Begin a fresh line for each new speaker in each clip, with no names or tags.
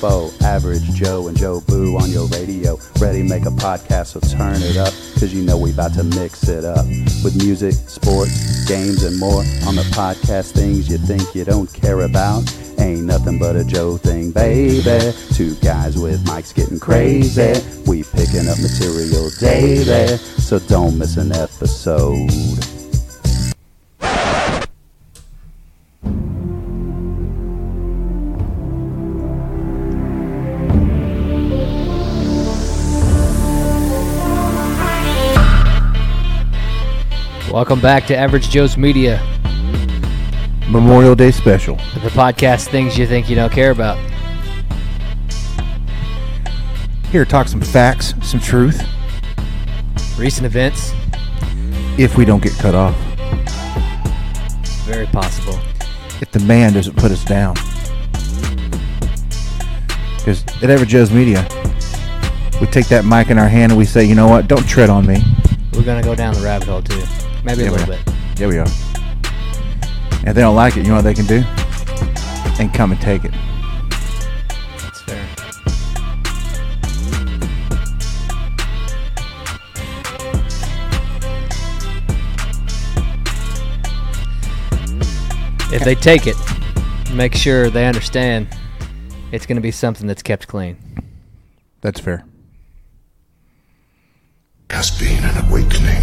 Bo, Average Joe, and Joe Boo on your radio. Ready, make a podcast, so turn it up, cause you know we about to mix it up. With music, sports, games, and more on the podcast, things you think you don't care about. Ain't nothing but a Joe thing, baby. Two guys with mics getting crazy. We picking up material daily, so don't miss an episode.
Welcome back to Average Joe's Media,
Memorial Day special.
the podcast things you think you don't care about.
Here, talk some facts, some truth,
Recent events,
if we don't get cut off.
very possible.
If the man doesn't put us down. Because at Ever Joe's Media, we take that mic in our hand and we say, you know what, don't tread on me.
We're gonna go down the rabbit hole too, maybe a
Yeah,
little
we are.
bit.
Here we are. And if they don't like it, you know what they can do? And come and take it.
That's fair. If they take it, make sure they understand it's gonna be something that's kept clean.
That's fair.
has been an awakening.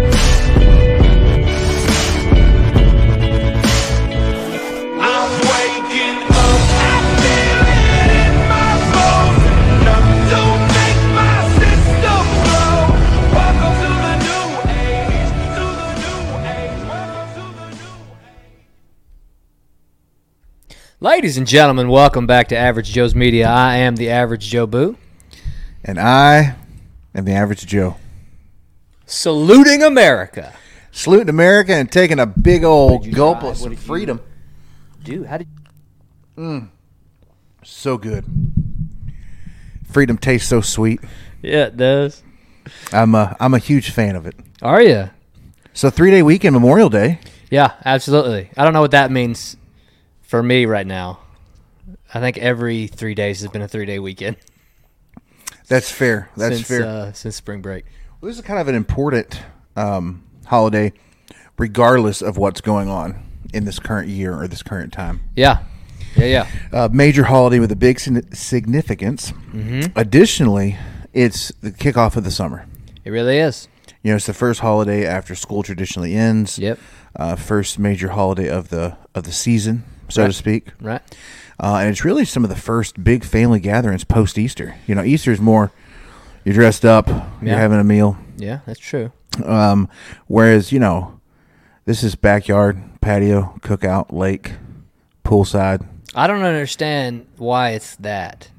I'm waking up. I feel it in my bones. Enough to make my system blow. Welcome to the new age. To the new age. Welcome to the new age.
Ladies and gentlemen, welcome back to Average Joe's Media. I am the Average Joe Boo.
And I am the average Joe.
Saluting America.
Saluting America and taking a big old gulp of some freedom.
Dude, how did
So good. Freedom tastes so sweet.
Yeah, it does.
I'm a I'm a huge fan of it.
Are you?
So three day weekend, Memorial Day.
Yeah, absolutely. I don't know what that means for me right now. I think every three days has been a three day weekend
That's fair. That's
since
fair.
Uh, since spring break.
this is kind of an important um, holiday, regardless of what's going on in this current year or this current time.
Yeah, yeah, yeah.
A major holiday with a big sign- significance.
Mm-hmm.
Additionally, it's the kickoff of the summer.
It really is.
You know, it's the first holiday after school traditionally ends.
Yep.
Uh, first major holiday of the of the season, so to speak.
Right.
Uh, and it's really some of the first big family gatherings post Easter. You know, Easter's more you're dressed up, you're
Yeah.
having a meal.
Yeah, that's true.
Um, whereas, you know, this is backyard, patio, cookout, lake, poolside.
I don't understand why it's that.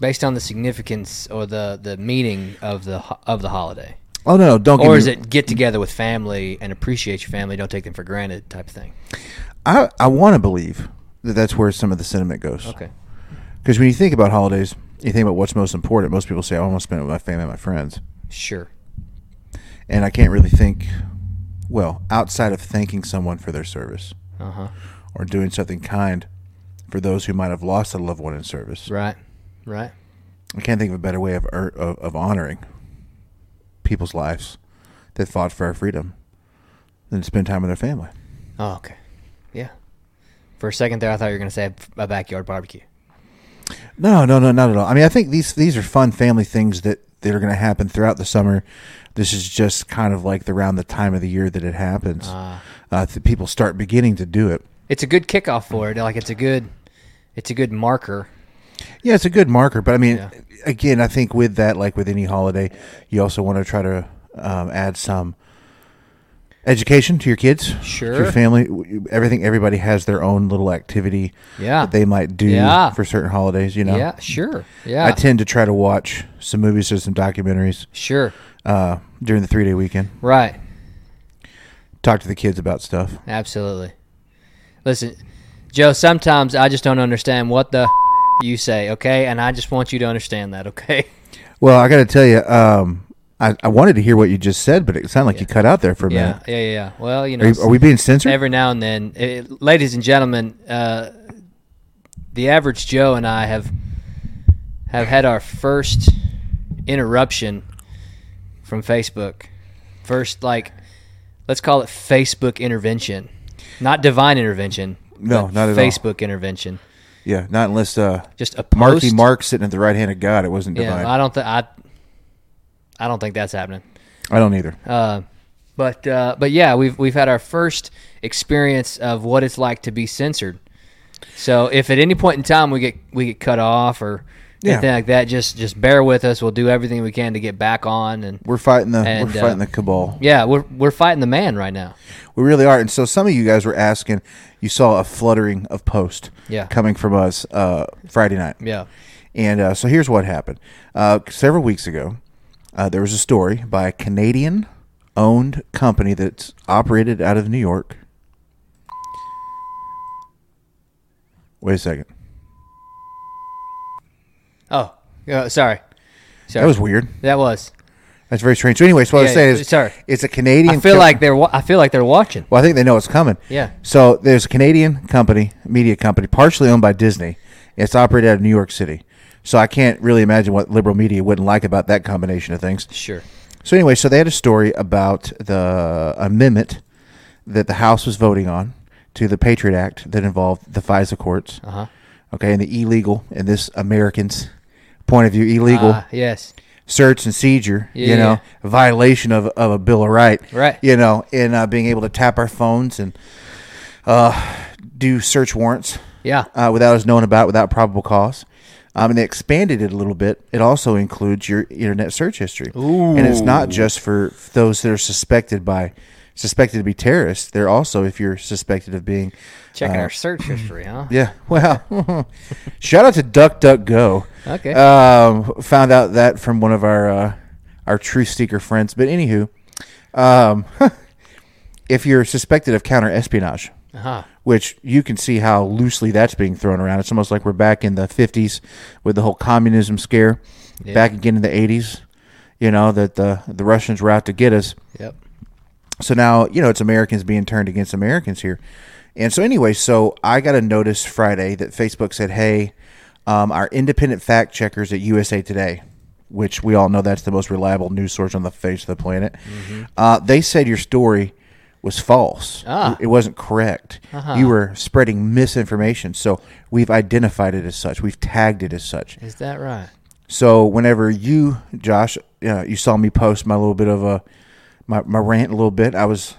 Based on the significance or the, the meaning of the ho- of the holiday,
Oh no, don't get
or
me-
is it get together with family and appreciate your family, don't take them for granted type of thing?
I I want to believe that that's where some of the sentiment goes.
Okay,
Because when you think about holidays, you think about what's most important. Most people say, "Oh, "I want to spend it with my family, and my friends,"
sure.
and I can't really think well outside of thanking someone for their service.
Uh huh.
or doing something kind for those who might have lost a loved one in service.
Right. Right.
I can't think of a better way of, er, of of honoring people's lives that fought for our freedom than to spend time with their family.
Oh, okay. Yeah. For a second there, I thought you were going to say a backyard barbecue.
No, no, no, not at all. I mean, I think these these are fun family things that that are going to happen throughout the summer. This is just kind of like the around the time of the year that it happens. Uh, th- people start beginning to do it.
It's a good kickoff for it. Like it's a good, it's a good marker.
Yeah, it's a good marker, but I mean,
Yeah.
again, I think with that, like with any holiday, you also want to try to um, add some education to your kids, to
Sure.
your family. W- Everything, everybody has their own little activity
Yeah.
that they might do
Yeah.
for certain holidays. You know,
Yeah. Sure. Yeah.
I tend to try to watch some movies or some documentaries
sure.
uh, during the three day weekend.
Right.
Talk to the kids about stuff.
Absolutely. Listen, Joe, sometimes I just don't understand what the you say, okay? And I just want you to understand that, okay?
Well, I got to tell you, um, I, I wanted to hear what you just said, but it sounded like you cut out there for a
Yeah,
minute.
yeah, yeah. yeah. Well, you know,
Are, you, are we being censored?
every now and then, eh, ladies and gentlemen, uh, the average Joe and I have have had our first interruption from Facebook. First, like, let's call it Facebook intervention, not divine intervention.
No,
but
not at all.
Facebook intervention.
yeah, not unless uh,
Just a
Marky
post-
Mark sitting at the right hand of God. It wasn't
Yeah,
divine.
I don't think I. I don't think that's happening.
I don't either.
Uh, but uh, but yeah, we've we've had our first experience of what it's like to be censored. So if at any point in time we get we get cut off or
Yeah.
anything like that, just just bear with us. We'll do everything we can to get back on. And
We're fighting the
And,
we're
uh,
fighting the cabal.
yeah, we're we're fighting the man right now.
We really are. And so some of you guys were asking. You saw a fluttering of post
Yeah.
coming from us uh, Friday night.
Yeah,
And uh, so here's what happened. Uh, several weeks ago, uh, there was a story by a Canadian owned company that's operated out of New York. Wait a second.
Oh, uh, sorry, sorry.
That was weird.
That was.
That's very strange. So anyway, so what I was
Yeah,
saying is
sorry.
it's a Canadian
I feel
co-
like they're. wa- I feel like they're watching.
Well, I think they know it's coming.
Yeah.
So there's a Canadian company, media company, partially owned by Disney. It's operated out of New York City. So I can't really imagine what liberal media wouldn't like about that combination of things.
Sure.
So anyway, so they had a story about the amendment that the House was voting on to the Patriot Act that involved the FISA courts.
Uh-huh.
Okay, and the illegal, in this American's point of view, illegal
Uh, yes.
search and seizure.
Yeah.
You know, violation of, of a Bill of Right.
Right.
You know, and uh, being able to tap our phones and uh, do search warrants
Yeah.
uh, without us knowing about, it, without probable cause. Um, and they expanded it a little bit. It also includes your internet search history, and it's not just for those that are suspected by suspected to be terrorists. They're also if you're suspected of being
Checking
uh,
our search history, huh?
yeah. Well, shout out to DuckDuckGo.
Okay.
Um, found out that from one of our uh, our truth seeker friends. But anywho, um, if you're suspected of counter espionage,
Uh-huh.
which you can see how loosely that's being thrown around, it's almost like we're back in the '50s with the whole communism scare. Back again in the '80s, you know that the the Russians were out to get us.
Yep.
So now, you know, it's Americans being turned against Americans here. And so, anyway, so I got a notice Friday that Facebook said, hey, um, our independent fact checkers at USA Today, which we all know that's the most reliable news source on the face of the planet, uh, they said your story was false.
Ah.
It wasn't correct. You were spreading misinformation. So we've identified it as such, we've tagged it as such.
Is that right?
So whenever you, Josh, uh, you saw me post my little bit of a my, my rant a little bit, I was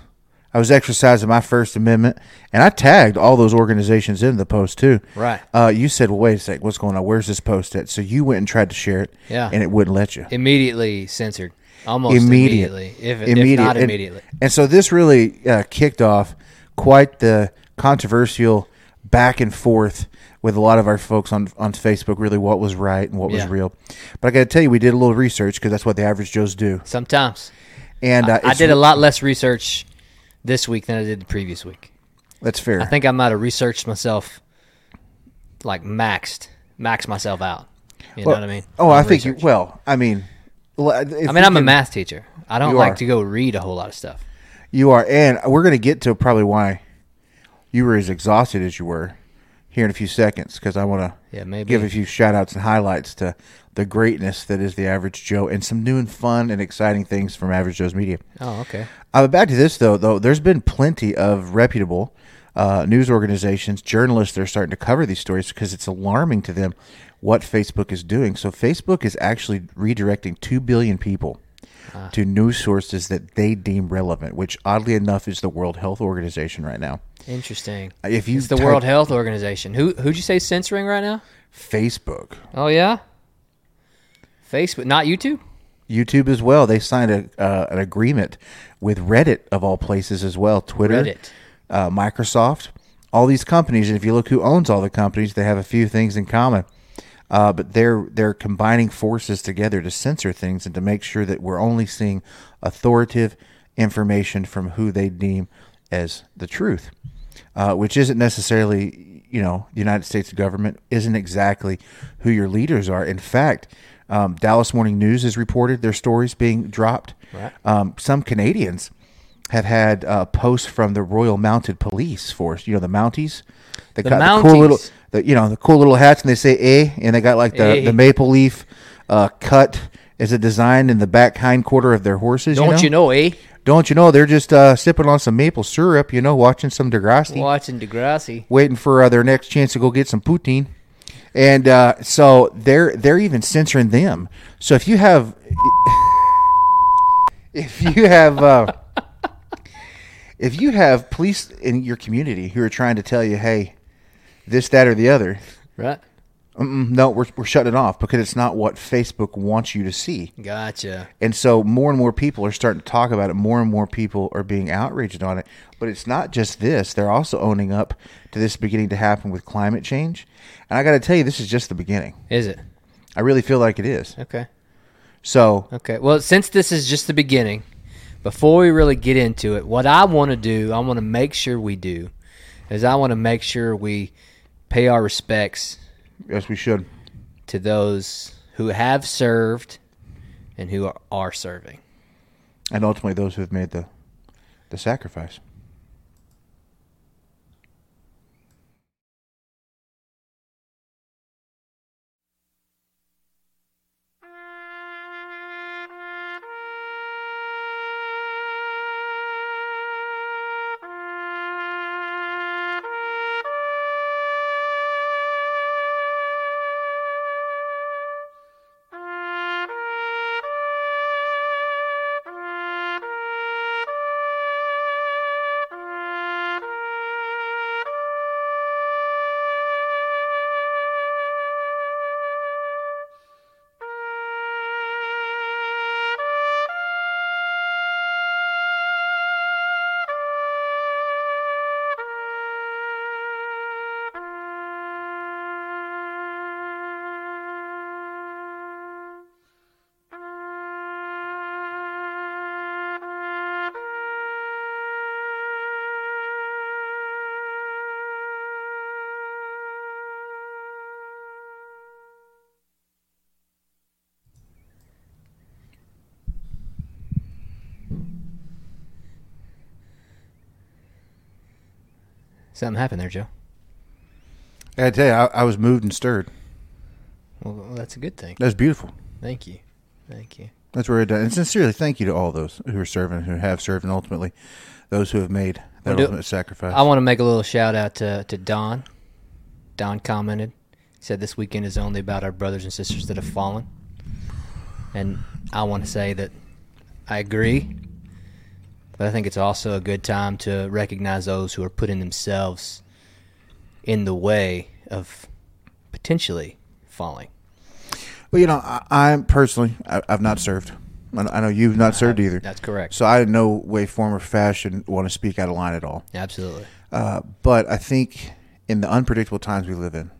I was exercising my First Amendment, and I tagged all those organizations in the post too.
Right.
Uh, you said, "Well, wait a sec, what's going on? Where's this post at?" So you went and tried to share it,
Yeah.
and it wouldn't let you
Immediately censored. Almost
Immediate.
immediately. If, if not
And-
immediately.
And, so this really uh, kicked off quite the controversial back and forth with a lot of our folks on on Facebook. Really, what was right and what
Yeah.
was real. But I got to tell you, we did a little research because that's what the average Joes do.
Sometimes.
And uh,
I
it's-
did a lot less research this week than I did the previous week.
That's fair.
I think I might have researched myself, like maxed, maxed myself out. You
Well,
know what I mean?
Oh,
On
I think you.
research.
Well, I mean, l- if
I
we
mean, I'm a
can-
math teacher. I don't
You
like
are.
to go read a whole lot of stuff.
You are, and we're going to get to probably why you were as exhausted as you were here in a few seconds because I want to
Yeah, maybe.
give a few shout outs and highlights to the greatness that is the Average Joe and some new and fun and exciting things from Average Joe's Media.
Oh, okay.
Uh, back to this though, though there's been plenty of reputable uh, news organizations, journalists that are starting to cover these stories because it's alarming to them what Facebook is doing. So Facebook is actually redirecting two billion people to news sources that they deem relevant, which oddly enough is the World Health Organization right now.
Interesting.
Uh, If you
it's the
type-
World Health Organization. Who who'd you say is censoring right now?
Facebook,
Oh yeah, Facebook, not YouTube.
YouTube as well. They signed a, uh, an agreement with Reddit of all places as well. Twitter,
Reddit.
Uh, Microsoft, all these companies. And if you look who owns all the companies, they have a few things in common. Uh, but they're they're combining forces together to censor things and to make sure that we're only seeing authoritative information from who they deem as the truth, uh, which isn't necessarily you know the United States government isn't exactly who your leaders are. In fact, um, Dallas Morning News has reported their stories being dropped.
Right.
Um, some Canadians have had uh, posts from the Royal Mounted Police Force. You know the Mounties. They
The
got the cool little,
Mounties.
the, you know the cool little hats, and they say "A," and they got like the,
Eh.
the maple leaf uh, cut as it designed in the back hind quarter of their horses.
Don't you
know?
know, eh?
Don't you know? They're just uh, sipping on some maple syrup, you know, watching some Degrassi
Watching Degrassi.
waiting for uh, their next chance to go get some poutine. And uh, so they're they're even censoring them. So if you have, if you have, uh, if you have police in your community who are trying to tell you, hey, this, that, or the other,
Right.
mm, no, we're we're shutting it off because it's not what Facebook wants you to see.
Gotcha.
And so more and more people are starting to talk about it. More and more people are being outraged on it. But it's not just this. They're also owning up to this beginning to happen with climate change. And I got to tell you, this is just the beginning.
Is it?
I really feel like it is.
Okay.
So,
Okay. Well, since this is just the beginning, before we really get into it, what I want to do, I want to make sure we do, is I want to make sure we pay our respects
yes, we should.
to those who have served and who are, are serving.
And ultimately, those who have made the, the sacrifice.
Something happened there, Joe.
I got to tell you, I, I was moved and stirred.
Well, well, that's a good thing.
That's beautiful.
Thank you. Thank you.
That's where it done. And sincerely, thank you to all those who are serving, who have served, and ultimately, those who have made that
Well, do-
ultimate sacrifice.
I want to make a little shout out to, to Don. Don commented, said this weekend is only about our brothers and sisters that have fallen. And I want to say that I agree, but I think it's also a good time to recognize those who are putting themselves in the way of potentially falling.
Well, you know, I, I'm personally, I, I've not served. I, I know you've not served either.
That's correct.
So I, in no way, form, or fashion, want to speak out of line at all.
Absolutely.
Uh, but I think in the unpredictable times we live in,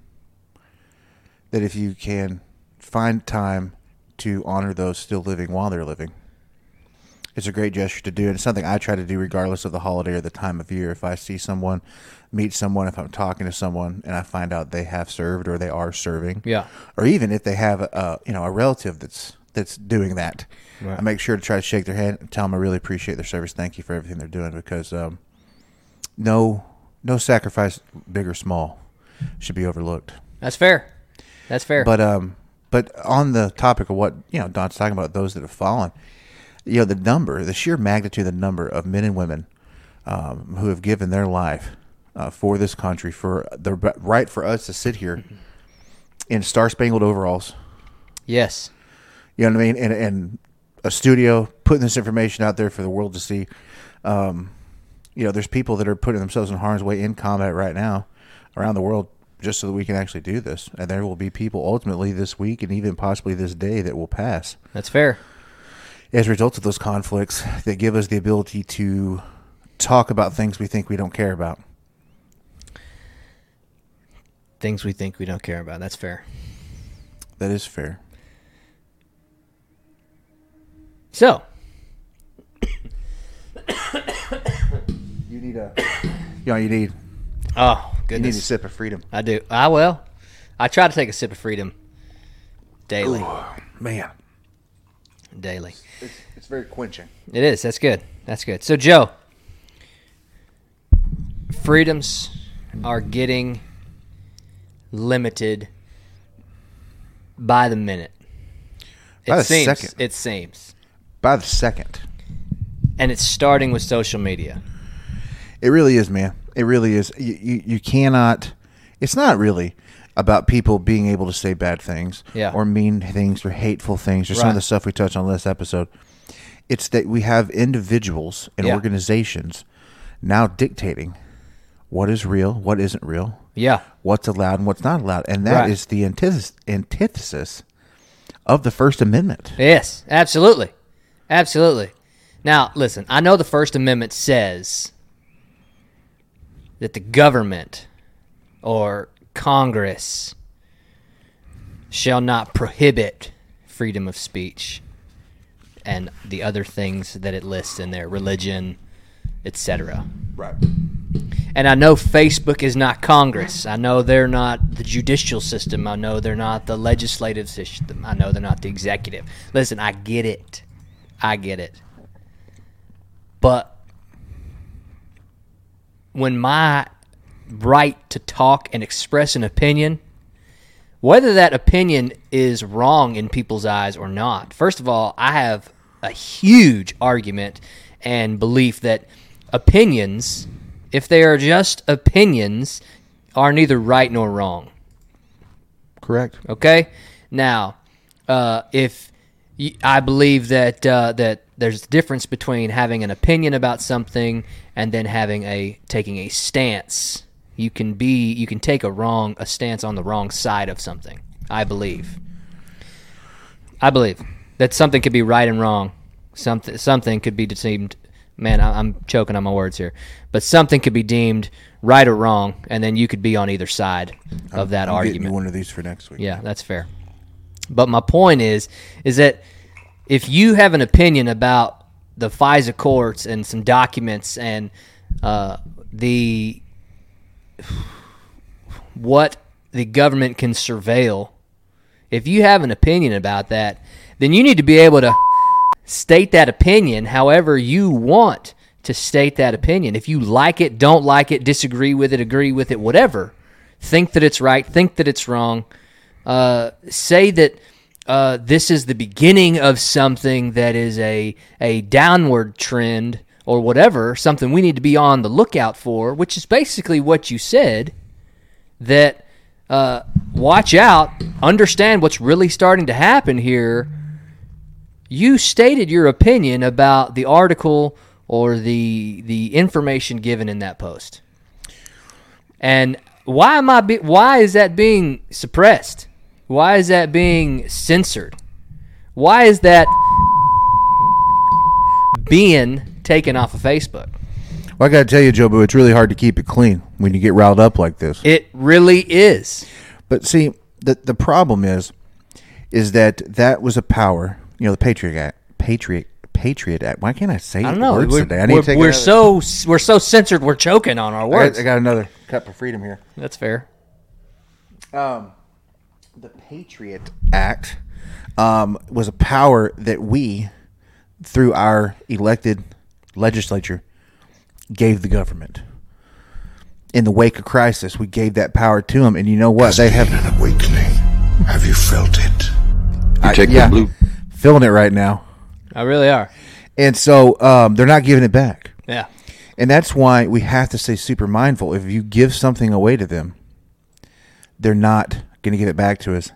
that if you can find time to honor those still living while they're living, it's a great gesture to do. And it's something I try to do regardless of the holiday or the time of year. If I see someone, meet someone, if I'm talking to someone and I find out they have served or they are serving,
Yeah.
or even if they have a, a you know a relative that's that's doing that,
Right.
I make sure to try to shake their hand and tell them I really appreciate their service. Thank you for everything they're doing because um, no no sacrifice, big or small, should be overlooked.
That's fair. That's fair.
But um, but on the topic of what you know, Don's talking about those that have fallen. You know the number, the sheer magnitude, of the number of men and women um, who have given their life uh, for this country, for the r- right for us to sit here in star spangled overalls.
yes.
You know what I mean? And and a studio putting this information out there for the world to see. Um, you know, there's people that are putting themselves in harm's way in combat right now around the world just so that we can actually do this. And there will be people ultimately this week and even possibly this day that will pass
That's fair.
as a result of those conflicts that give us the ability to talk about things we think we don't care about.
Things we think we don't care about. That's fair.
That is fair.
So,
You need a, you know, you need
oh
You need a
goodness.
sip of freedom.
I do. I will. I try to take a sip of freedom daily.
Man,
Daily.
it's, it's very quenching.
It is. That's good. That's good. So, Joe, freedoms are getting limited by the minute. It
By the
seems.
second.
It seems.
By the second.
And it's starting with social media.
It really is, man. It really is. You, you, you cannot. It's not really about people being able to say bad things
Yeah.
or mean things or hateful things or some
Right.
of the stuff we touched on last episode. It's that we have individuals and
Yeah.
organizations now dictating what is real, what isn't real,
Yeah.
what's allowed and what's not allowed. And that is
Right.
the antithesis, antithesis of the First Amendment.
Yes, absolutely. Absolutely. Now, listen, I know the First Amendment says that the government or Congress shall not prohibit freedom of speech and the other things that it lists in there, religion, etc.
Right.
And I know Facebook is not Congress. I know they're not the judicial system. I know they're not the legislative system. I know they're not the executive. Listen, I get it. I get it. But when my right to talk and express an opinion, whether that opinion is wrong in people's eyes or not, first of all, I have a huge argument and belief that opinions, if they are just opinions, are neither right nor wrong.
Correct.
Okay. Now, uh, if y- I believe that uh, that there's a difference between having an opinion about something and then having a taking a stance. You can be you can take a wrong a stance on the wrong side of something. I believe. I believe that something could be right and wrong. Something something could be deemed. Man, I- I'm choking on my words here, but something could be deemed right or wrong, and then you could be on either side of that
I'm getting
argument.
you one of these for next week.
Yeah, that's fair. But my point is, is that if you have an opinion about the FISA courts and some documents and uh, the what the government can surveil, if you have an opinion about that, then you need to be able to state that opinion however you want to state that opinion. If you like it, don't like it, disagree with it, agree with it, whatever, think that it's right, think that it's wrong, uh, say that uh, this is the beginning of something that is a, a downward trend or whatever, something we need to be on the lookout for, which is basically what you said that uh, watch out, understand what's really starting to happen here you stated your opinion about the article or the the information given in that post. And why am I be, why is that being suppressed? Why is that being censored? Why is that being taken off of Facebook?
Well, I got to tell you, Joe, but it's really hard to keep it clean when you get riled up like this.
It really is.
But see, the the problem is, is that that was a power. You know, the Patriot Act, Patriot Patriot Act. Why can't I say
I don't know.
words
We're,
today? I need
we're-
to take
we're
another-
so we're so censored. We're choking on our
I got-
words.
I got another cup of freedom here.
That's fair.
the Patriot Act um, was a power that we, through our elected legislature, gave the government. In the wake of crisis, we gave that power to them, and you know what? They have
An awakening. Have you felt it?
You take
yeah.
the blue
feeling it right now,
I really are.
and so um, they're not giving it back.
Yeah.
And that's why we have to stay super mindful. If you give something away to them, they're not going to give it back to us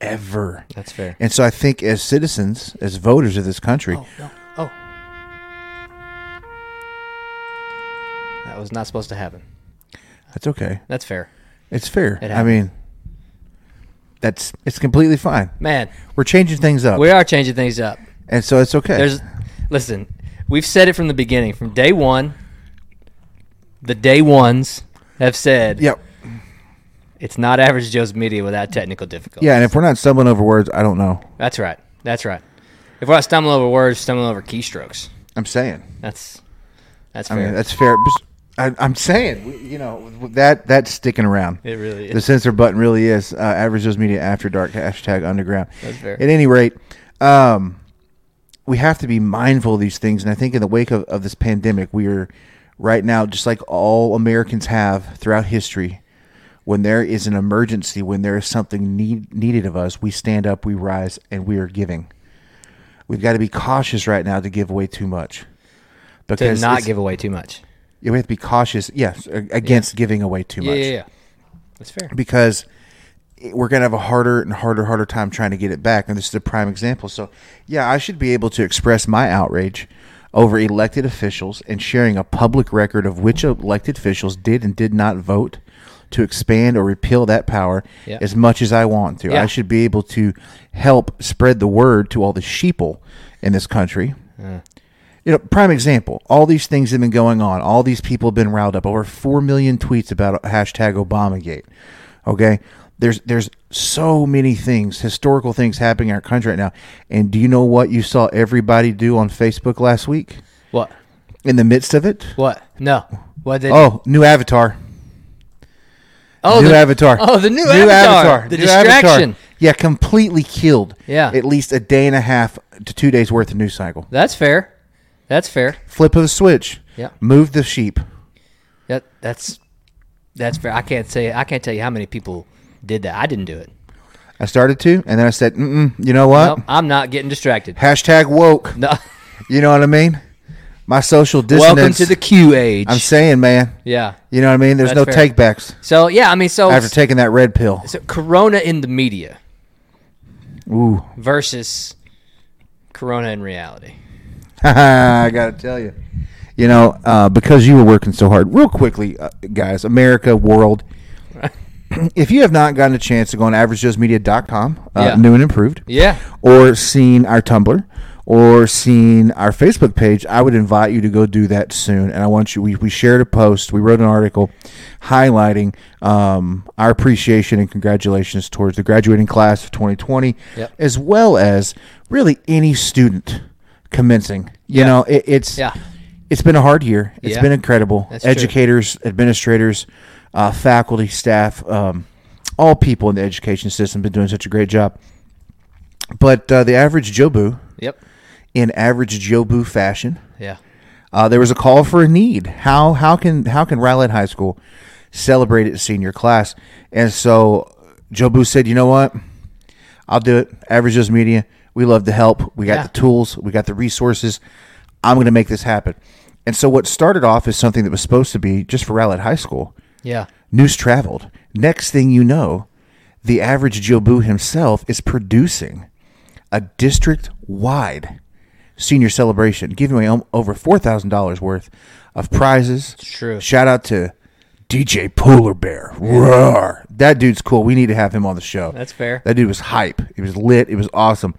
ever.
That's fair.
And so I think as citizens, as voters of this country,
No. Oh. That was not supposed to happen.
that's okay.
That's fair.
It's fair.
It
I mean, that's it's completely fine.
Man,
We're changing things up.
we are changing things up.
and so it's okay.
There's listen, we've said it from the beginning, from day 1. The day ones have said
yep.
it's not average Joe's media without technical difficulties.
Yeah, and if we're not stumbling over words, I don't know.
That's right. That's right. If we're not stumbling over words, stumbling over keystrokes.
I'm saying.
That's that's
I
fair.
mean, that's fair. Bes- I, I'm saying, we- you know, that that's sticking around.
It really is.
The censor button really is. Uh, Average Joe's Media After Dark hashtag Underground.
That's fair.
At any rate, um, we have to be mindful of these things, and I think in the wake of, of this pandemic, we are right now just like all Americans have throughout history. When there is an emergency, when there is something need, needed of us, we stand up, we rise, and we are giving. We've got to be cautious right now to give away too much.
to not
it's-
give away too much.
yeah, we have to be cautious. Yes, a- against giving away too
Yeah,
much
yeah, yeah. That's fair.
because it- we're gonna have a harder and harder, harder time trying to get it back. And this is a prime example. So, yeah, I should be able to express my outrage over elected officials and sharing a public record of which elected officials did and did not vote to expand or repeal that power
Yeah.
as much as I want to.
Yeah.
I should be able to help spread the word to all the sheeple in this country you know, prime example. All these things have been going on. All these people have been riled up. Over four million tweets about hashtag Obamagate. Okay, there's there's so many things, historical things happening in our country right now. And do you know what you saw everybody do on Facebook last week
What?
in the midst of it?
What? No. What did?
Oh, new avatar.
oh,
new
the,
avatar.
Oh, the new, avatar. The
New avatar.
distraction.
Yeah, completely killed.
Yeah.
at least a day and a half to two days worth of news cycle.
That's fair. That's fair.
Flip of the switch.
Yeah.
move the sheep.
That that's that's fair. I can't say I can't tell you how many people did that. I didn't do it.
I started to, and then I said, Mm-mm, you know what?
No, I'm not getting distracted.
Hashtag woke.
No.
You know what I mean? My social dissonance.
Welcome to the Q age.
I'm saying, man.
yeah.
You know what I mean? There's
That's
no
fair. Oh,
take backs
So yeah, I mean, so,
after taking that red pill.
so Corona in the media
Ooh.
versus Corona in reality.
I got to tell you. You know, uh, because you were working so hard. Real quickly, uh, guys, America, world. if you have not gotten a chance to go on averagejoesmedia.com, uh,
Yeah.
new and improved.
Yeah.
or seen our Tumblr or seen our Facebook page, I would invite you to go do that soon. And I want you, we, we shared a post, we wrote an article highlighting um, our appreciation and congratulations towards the graduating class of 2020,
Yep.
as well as really any student commencing. You
Yeah.
know, it, it's
Yeah.
it's been a hard year. It's
Yeah.
been incredible.
That's true.
Educators, administrators, uh, faculty, staff, um, all people in the education system have been doing such a great job. But uh, the average Jobu,
Yep.
in average Jobu fashion,
Yeah.
uh, there was a call for a need. How how can how can Ryland High School celebrate its senior class? And so Jobu said, you know what? I'll do it. Average Joe's Media. We love to help. We got
Yeah.
the tools. We got the resources. I'm going to make this happen. And so what started off as something that was supposed to be just for Ryland High School.
Yeah.
News traveled. Next thing you know, the average Joe Boo himself is producing a district wide senior celebration, giving away om- over $4,000 worth of prizes.
true.
Shout out to DJ Polar Bear. Roar. That dude's cool. We need to have him on the show.
That's fair.
That dude was hype. It was lit. It was awesome.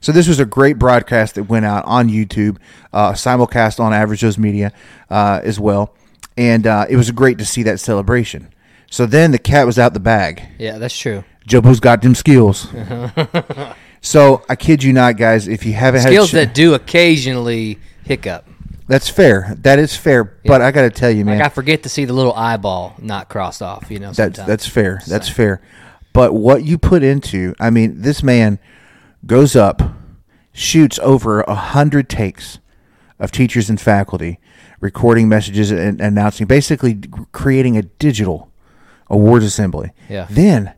So this was a great broadcast that went out on YouTube, uh, simulcast on Average Joe's Media uh, as well, and uh, it was great to see that celebration. So then the cat was out the bag.
Yeah. That's true.
Jobu's got them skills. so I kid you not, guys. If you haven't
Skills
had a ch-
that do occasionally hiccup.
that's fair. That is fair. But I got to tell you, man,
Like I forget to see the little eyeball not crossed off. You know.
That's
sometimes.
that's fair. That's fair. But what you put into, I mean, this man goes up, shoots over a hundred takes of teachers and faculty, recording messages and announcing, basically creating a digital awards assembly.
Yeah.
Then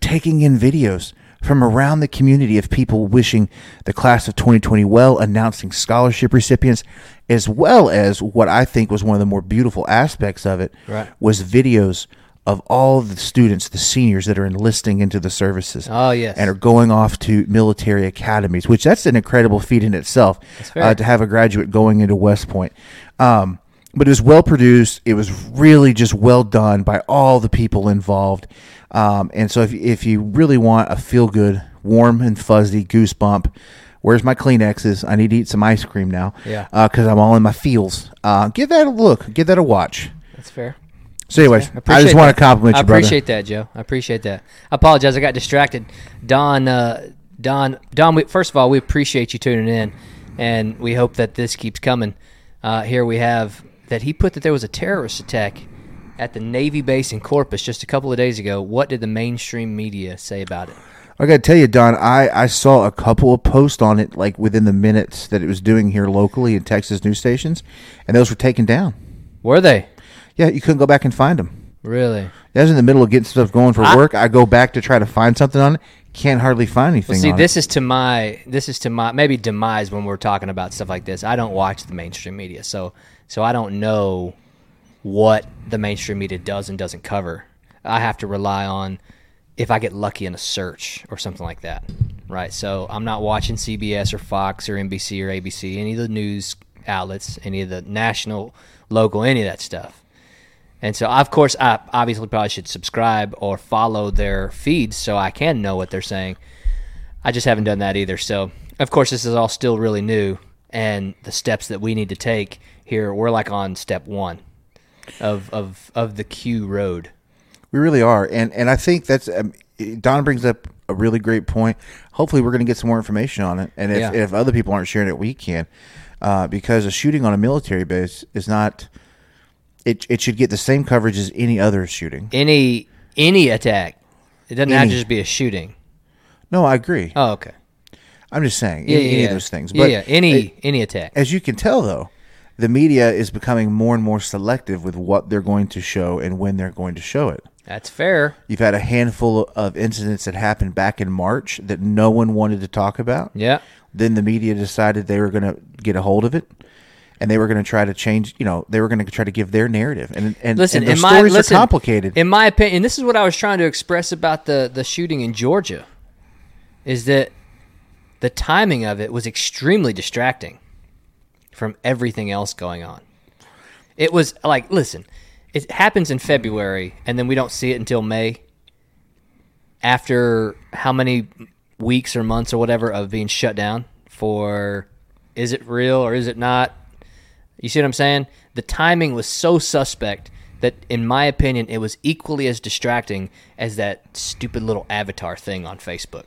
taking in videos from around the community of people wishing the class of 2020 well, announcing scholarship recipients, as well as what I think was one of the more beautiful aspects of it
Right.
was videos of all the students, the seniors that are enlisting into the services.
Oh, yes.
and are going off to military academies, which that's an incredible feat in itself
fair.
uh, to have a graduate going into West Point. Um, but it was well produced. It was really just well done by all the people involved. Um, and so, if, if you really want a feel good, warm and fuzzy goosebump, where's my Kleenexes? I need to eat some ice cream now.
Yeah.
Because I'm all in my feels. Uh, give that a look. Give that a watch.
That's fair.
So, anyways, I just
Appreciate
want
that.
to compliment
I
you, brother.
appreciate that, Joe. I appreciate that. I apologize. I got distracted. Don, uh, Don, Don. We, first of all, we appreciate you tuning in, and we hope that this keeps coming. Uh, here we have that he put that there was a terrorist attack at the Navy base in Corpus just a couple of days ago. What did the mainstream media say about it?
I gotta tell you, Don, I, I saw a couple of posts on it like within the minutes that it was doing here locally in Texas news stations, and those were taken down.
Were they
Yeah, you couldn't go back and find them.
really?
I was in the middle of getting stuff going for
I-
work. I go back to try to find something on it, can't hardly find anything.
Well, see,
on
this is to my this is to my maybe demise when we're talking about stuff like this. I don't watch the mainstream media, so so I don't know what the mainstream media does and doesn't cover. I have to rely on if I get lucky in a search or something like that, right? So I'm not watching CBS or Fox or NBC or ABC, any of the news outlets, any of the national, local, any of that stuff. And so, of course, I obviously probably should subscribe or follow their feeds so I can know what they're saying. I just haven't done that either. So, of course, this is all still really new, and the steps that we need to take here, we're like on step one of of of the Q road.
it. we really are, and and I think that's um, Don brings up a really great point. Hopefully, we're gonna get some more information on it, and if,
Yeah.
if other people aren't sharing it, we can, uh, because a shooting on a military base is not. It, it should get the same coverage as any other shooting.
Any any attack, it doesn't have to
Any.
just be a shooting.
No, I agree.
Oh, okay.
I'm just saying,
Yeah,
any,
yeah,
any
yeah.
of those things.
Yeah,
But
yeah, any
a-
any attack.
as you can tell, though, the media is becoming more and more selective with what they're going to show and when they're going to show it.
That's fair.
You've had a handful of incidents that happened back in March that no one wanted to talk about.
Yeah.
Then the media decided they were going to get a hold of it, and they were going to try to change. You know, they were going to try to give their narrative, and and,
Listen,
and their
in my
stories
listen,
are complicated.
In my opinion, this is what I was trying to express about the the shooting in Georgia, is that the timing of it was extremely distracting from everything else going on. It was like, listen, it happens in February, and then we don't see it until May. After how many weeks or months or whatever of being shut down for, is it real or is it not? You see what I'm saying? The timing was so suspect that, in my opinion, it was equally as distracting as that stupid little avatar thing on Facebook.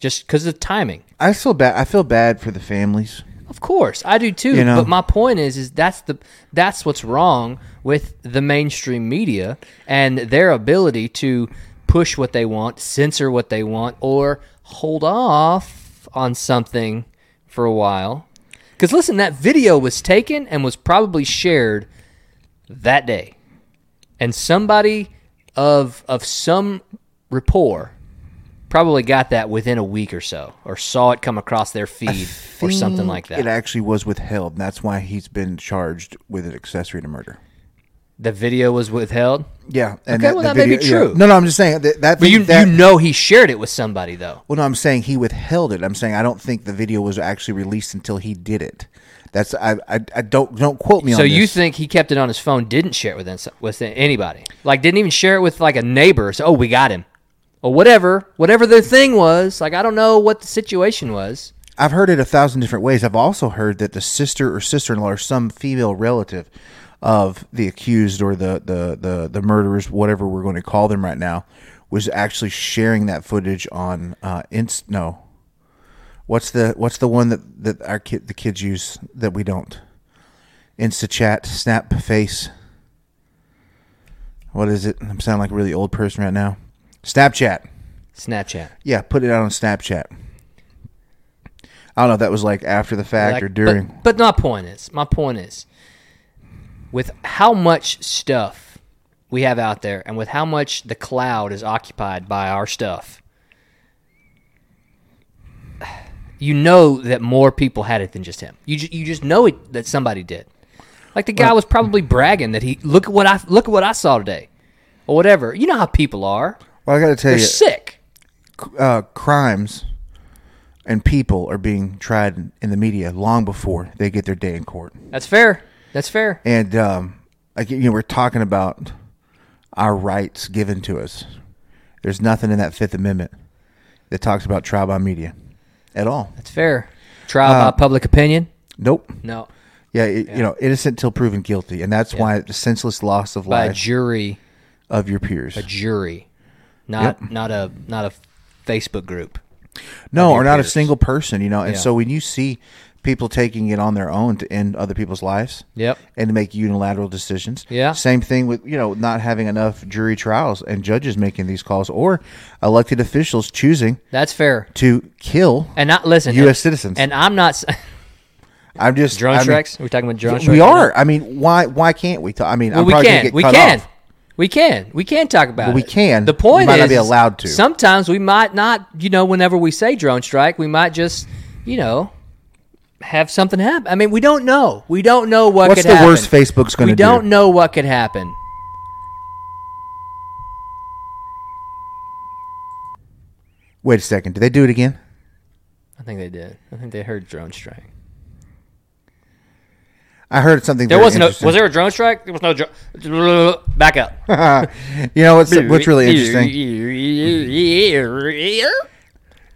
Just because of the timing.
I feel bad. I feel bad for the families.
Of course, I do too.
You know?
But my point is, is that's the that's what's wrong with the mainstream media and their ability to push what they want, censor what they want, or hold off on something for a while. Because listen, that video was taken and was probably shared that day, and somebody of of some rapport probably got that within a week or so, or saw it come across their feed or something like that.
It actually was withheld, and that's why he's been charged with an accessory to murder.
the video was withheld.
Yeah. And
Okay, well, that may be true.
No, no, I'm just saying that. that,
But you,
that
you know he shared it with somebody though.
Well, no, I'm saying he withheld it. I'm saying I don't think the video was actually released until he did it. That's I I, I don't don't quote me
So
on.
you
this.
think he kept it on his phone, didn't share it with ins- with anybody, like didn't even share it with like a neighbor. So oh, we got him, or whatever, whatever their thing was. Like I don't know what the situation was.
I've heard it a thousand different ways. I've also heard that the sister or sister-in-law or some female relative of the accused or the the the, the murderers, whatever we're going to call them right now, was actually sharing that footage on uh, inst no. What's the what's the one that that our kid the kids use that we don't? InstaChat, SnapFace. What is it? I'm sounding like a really old person right now. Snapchat.
Snapchat.
Yeah, put it out on Snapchat. I don't know if that was like after the fact
Like,
or during.
But, but my point is, my point is, with how much stuff we have out there, and with how much the cloud is occupied by our stuff, you know that more people had it than just him. You ju- you just know it that somebody did. Like the guy was probably bragging that he look at what I look at what I saw today, or whatever. You know how people are.
well, I got to tell
They're
you,
sick.
uh, crimes and people are being tried in, in the media long before they get their day in court.
That's fair. That's fair.
And um, like you know, we're talking about our rights given to us. There's nothing in that Fifth Amendment that talks about trial by media at all.
That's fair. Trial by public opinion.
Nope.
No.
Yeah, it, you know, innocent till proven guilty, and that's why the senseless loss of
by a
life
jury
of your peers.
jury not not a not a facebook group
No,
your
or not a
peers.
single person, you know. And
Yeah.
so when you see people taking it on their own to end other people's lives.
Yep.
And to make unilateral decisions.
Yeah.
Same thing with you know not having enough jury trials and judges making these calls or elected officials choosing
That's fair.
to kill.
And not listen.
U.S.
and-
citizens.
And I'm not. s-
I'm just
drone
I mean,
strikes. We're talking about drone strikes.
We
right
are. I mean, why why can't we? Talk? I mean,
now?
I'm
Well, we
probably gonna
can.
get
We
cut
can.
off.
We can. We can talk about
Well, we
it.
can.
The
We
point
might
is,
not be allowed to.
Sometimes we might not. You know, whenever we say drone strike, we might just, you know, have something happen. I mean, we don't know. We don't know what
What's
could
the
happen.
worst Facebook's going
We
to do?
don't know what could happen.
Wait a second. Did they do it again?
I think they did. I think they heard drone strike.
I heard something.
There
very
wasn't. A,
interesting.
was there a drone strike? There was no drone. Back up.
You know what's what's really interesting?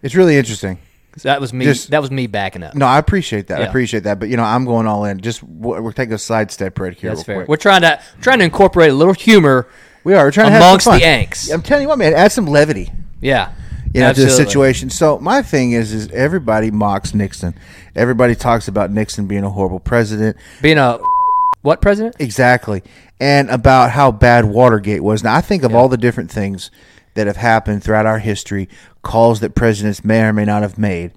It's really interesting.
That was me.
Just-
that was me backing up.
No, I appreciate that. I
Yeah.
appreciate that. But you know, I'm going all in. Just we're, we're taking a sidestep right here.
That's
real
fair. We're
Quick.
trying to trying to incorporate a little humor.
We are. We're trying
amongst
to
the
have some fun.
angst.
I'm telling you what, man. Add some levity.
Yeah,
You know, to
Absolutely.
the situation. So my thing is, is everybody mocks Nixon. Everybody talks about Nixon being a horrible president.
Being a what president?
Exactly. And about how bad Watergate was. Now, I think of all the different things that have happened throughout our history, calls that presidents may or may not have made,